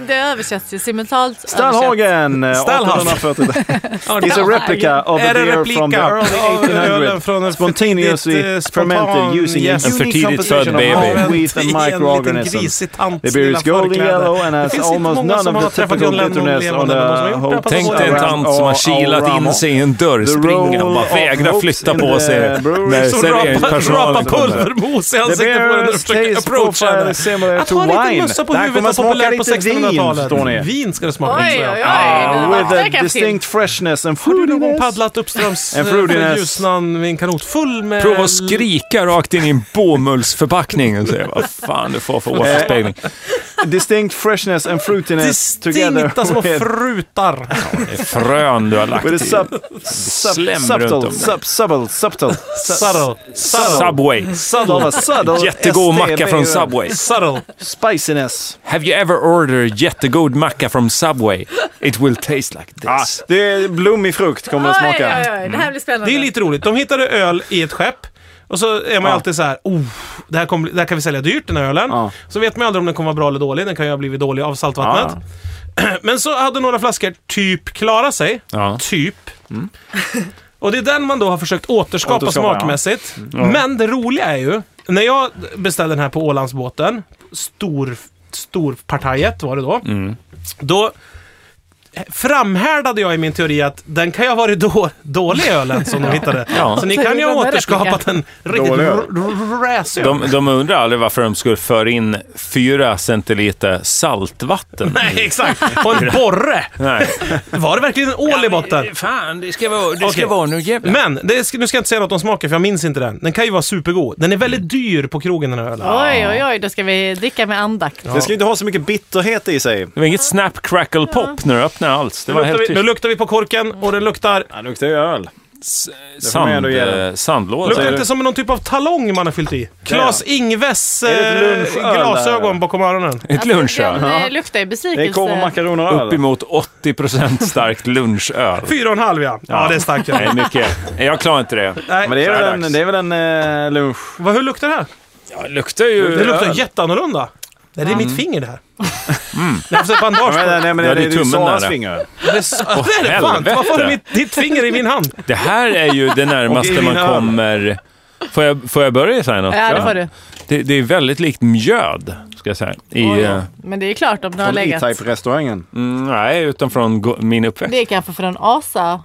Det översätts ju simultant. översätt. Stallhagen. eh, Stallhagen. 1840. It's a replica of a Är det beer replika from the early av ölen 1800s. från en Spontaneously för- eh, fermented using yes. a En för unique tidigt composition född of baby. wheat and I En liten microorganisms. grisig tant The beer lilla is golden förkläde. yellow and Det has finns inte almost många none som of har the träffat typical John Lennon bitterness on levande, men de som har the gjort det whole här på Tänk dig en tant som har kilat in sig i en dörrspringa och bara vägrar flytta på sig när Som rapar rapa serveringspersonalen kommer. pulvermos i The ansiktet på den beer's och försöker taste approacha profile henne. is similar Att to ha en wine. liten mössa på Det här huvudet kommer var att smaka populärt på lite vin, 1600-talet. står ni. Vin ska det smaka. Oj, säger jag. oj, oj. Ah, alltså, Det var With a säkert distinct freshness and Har du någon gång fruitiness. paddlat uppströms En eh, fruitiness. från Ljusnan med en kanot full med... Prova att Ehm. skrika rakt in i en bomullsförpackning och säga vad fan du får för Eh. återspegling. Distinct freshness and fruitiness together alltså, Distinkta små with- frutar. Frön du har lagt With a sub, sub, Slem runt om subtle, det. sub, subtle, subtle, Subtle. Subtle. Subway. subtle, subtle. Jättegod STB, macka från Subway. Subtle. Spiciness. Have you ever ordered jättegod macka från Subway? It will taste like Ah, this. det är blommig frukt kommer det Oj, smaka. oj, oj. Det här blir spännande. Det är lite roligt. De hittade öl i ett skepp. Och så är man ju alltid så här, oh, det här, kommer, bli- det här kan vi sälja dyrt, den här ölen. Ja. Så vet man ju aldrig om den kommer vara bra eller dålig. Den kan ju ha blivit dålig av saltvattnet. Men så hade några flaskor typ klarat sig. Ja. Typ. Och det är den man då har försökt återskapa, Mm. Återskapa, ja. smakmässigt. Men det roliga är ju, när jag beställde den här på Ålandsbåten, stor, storpartiet var det då. Då framhärdade jag i min teori att den kan ju ha varit då, dålig ölen som de hittade. Ja. Så ni kan ju ha Dålig återskapat en riktigt Dålig öl. r- r- räsöl. De, de undrar aldrig varför de skulle föra in fyra centiliter saltvatten. Nej, exakt. Och en borre. Nej. Var det verkligen en ål i botten? Fan, det ska vara, det Okej. nu jävlar. Men, det, ska- nu ska jag inte säga något om smaken för jag minns inte den. Den kan ju vara supergod. Den är väldigt dyr på krogen den här ölen. Oj, oj, oj. Då ska vi dricka med andakt. Det ska ju inte ha så mycket bitterhet i sig. Det var inget snap, crackle, pop när du öppnade alls. Det Nu var luktar, helt vi, nu tyst. luktar vi på korken och den luktar... Ja, det luktar ju öl. får man Sand, ändå ge den. eh, sandlåda. Luktar säger inte du? som någon typ av talong man har fyllt i. Klas Ingves Är det ett eh, lunchöl där, glasögon eller? bakom öronen. Ett Den lunchöl. eh, luktar ju Det är korv och besvikelse. makaroner och öl. Uppemot 80% starkt lunchöl. Fyra och en halv ja. Ja, det är starkt. Nej, Ja. mycket. Nej, Jag klarar inte det. Nej, Men det är Så här väl en, dags. det är väl en eh, lunch. Vad, hur luktar det här? Ja, det luktar ju... Det luktar öl. jätteannorlunda. Nej, det är mitt finger det här. Jag har fått bandage på Men, det. nej, men Ja, det det, är det är ju tummen Saras där. finger. Det är så- Det är det fan. helvete. Varför har du mitt, ditt finger i min hand? Det här är ju det Och närmaste i min man öl. kommer... Får jag, får jag börja säga något? Ja, det får du. Det, det är väldigt likt mjöd, ska jag säga. I, eh, Men det är klart om den har Från legat. E-Type-restaurangen. mm, nej, utan från go- min uppväxt. Det är kanske för en asa.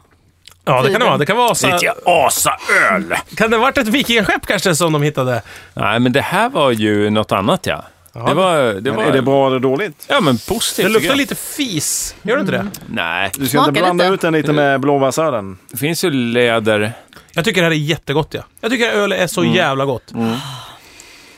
Ja, det kan det vara. Det kan vara asa. Riktiga asaöl! Kan det ha varit ett vikingaskepp kanske som de hittade? Nej, men det här var ju något annat, ja. Det var... Det Men var är det bra eller dåligt? Ja, men positivt. Det tycker luktar jag. lite fis. Gör det inte det? Nej, Du ska inte Smaka blanda lite. ut den lite med blåbärsölen. det finns ju läder... Jag tycker det här är jättegott. Ja. Jag tycker öl är så jävla gott.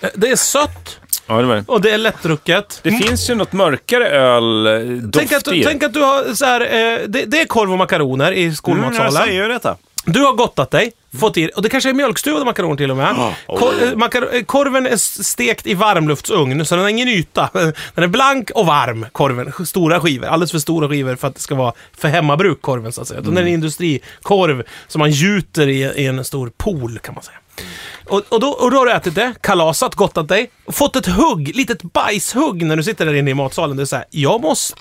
Eh, Det är sött Ja, det var det. och det är lättdrucket. Det finns ju något mörkare öl eh, doft Tänk att, i du, det. tänk att du har så här, eh, det, det är korv och makaroner i Mm, jag skolmatsalen. säger ju detta. Du har gottat dig, fått i och det kanske är mjölkstuvade makaroner till och med. Kor, eh, makar, eh, korven är s- stekt i varmluftsugn, så den har ingen yta. Den är blank och varm, korven. Stora skivor, alldeles för stora skivor för att det ska vara för hemmabruk, korven så att säga. Utan Den är en industrikorv som man gjuter i, i en stor pool, kan man säga. Och, och, då, och då har du ätit det, kalasat, gottat dig, och fått ett hugg, litet bajshugg när du sitter där inne i matsalen. Det är så här, jag måste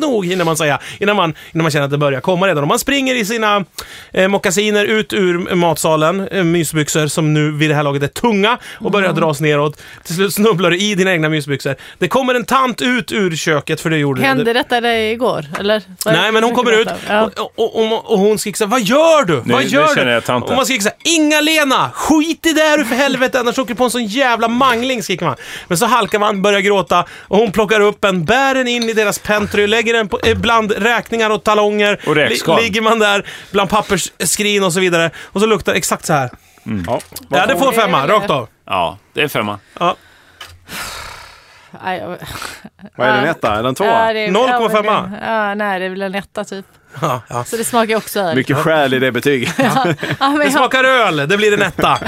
nog hinner man säga, innan man, innan man känner att det börjar komma redan. Om man springer i sina eh, mockasiner ut ur matsalen, eh, mysbyxor som nu vid det här laget är tunga och börjar dras neråt. Till slut snubblar du i dina egna mysbyxor. Det kommer en tant ut ur köket, för det gjorde det. Hände detta dig igår? Eller? Nej, men hon kommer ut Ja. och, och, och, och hon skriker så här, vad gör du? vad nu gör känner du? jag tanten. Och man skriker så här, Inga-Lena, skit i det här du för helvete, annars åker du på en sån jävla mangling, skriker man. Men så halkar man, börjar gråta och hon plockar upp en, bär den in i deras pentry, lägger den på, eh, bland räkningar och talonger. Och räkskal. Li- Ligger man där bland pappersskrin och så vidare. Och så luktar det exakt så här. Ja. Ja, det får en femma, rakt av. Ja, det är femma. Aj, jag- Vad är den etta? Är den Ja, tvåa? det är- 0,5. ja, men det- Ja, nej, det är väl en etta typ. Ja, ja. Så det smakar ju också öl. Mycket skäl i det betyget. Ja, men Det jag- smakar öl, det blir en etta.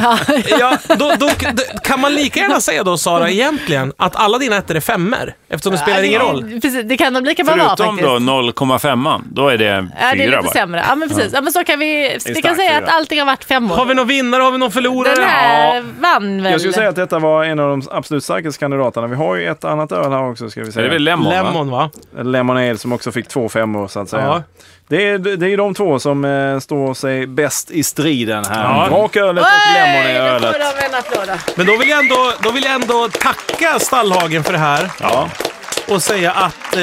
Ja, då, då, d- kan man lika gärna säga då, Sara, egentligen, att alla dina ettor är femmer? Eftersom det spelar Ja, ingen det- roll. Precis, det kan de lika bra vara Förutom faktiskt. då 0,5, då är det en Ja, det är fyra lite bara. sämre. Ja, men precis. Ja, men så kan vi, vi kan stark säga fyra. att allting har varit femmor. Har vi någon vinnare? Har vi någon förlorare? Den här vann väl? Jag skulle säga att detta var en av de absolut starkaste kandidaterna. Vi har ju ett annat öl här också ska vi Är säga. det väl lemon, va? Lemon, va? Lemonade som också fick två femmor så att säga. Ja. Det, är, det är ju de två som eh, står sig bäst i striden här. Ja. Rakölet och Oj, då lemonadeölet. får de en applåd. då. Men då vill, jag ändå, då vill jag ändå tacka Stallhagen för det här Ja. och säga att eh,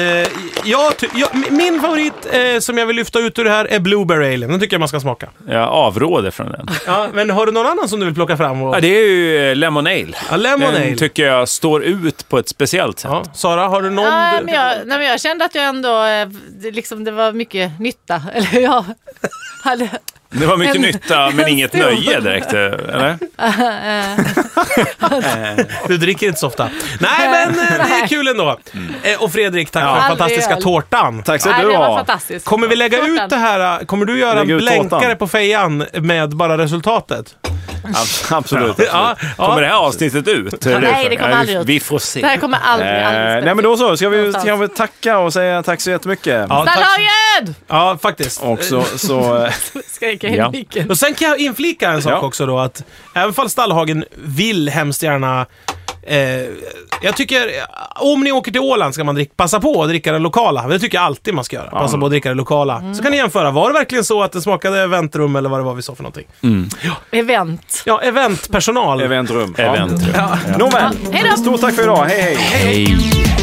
jag, ty- jag, m- min favorit eh, som jag vill lyfta ut ur det här är Blueberry Ale. Den tycker jag man ska smaka. Jag avråder från den. Ja, men har du någon annan som du vill plocka fram? Och, Ja, det är ju eh, lemon ale. ja, lemon den Ale. tycker jag står ut på ett speciellt sätt. Ja, Sara, har du någon? Ja, du- men jag, nej, men jag kände att jag ändå, eh, det, liksom, det var mycket nytta. Eller jag hade, Det var mycket En- nytta, men inget stor- nöje direkt. eh, Eller? Du dricker inte så ofta. Nej, men eh, det är kul ändå. Eh, Och Fredrik, tack för den Aldrig fantastiska öl. tårtan. Mm. Tack ska Nej, du det var ha. fantastiskt. Kommer vi lägga Tårtan. ut det här? eh, Kommer du göra Lägga en ut blänkare tårtan. på fejan med bara resultatet? Abs- Absolut. Eh, Ja, Kommer ja. det här avsnittet ut? Nej, det kommer vi- aldrig ut. Vi får Det här se. kommer aldrig, aldrig Eh, nej men då så, ska vi, ska vi tacka och säga tack så jättemycket. Ja, tack. Stallhagen! ja, faktiskt. Och så, så eh, Skrek jag i Ja. micken. Och sen kan jag inflika en sak Ja. också då att även fall Stallhagen vill hemskt gärna Eh, jag tycker, eh, om ni åker till Åland ska man drick, passa på att dricka det lokala. Det tycker jag alltid man ska göra. Passa på att dricka det lokala. Mm. Så kan ni jämföra. Var det verkligen så att det smakade väntrum eller vad det var vi sa för någonting? Event. Ja, eventpersonal. eventrum. Ja. Eventrum. Nåväl, Hej då! stort tack för idag. Hej hej. Hej.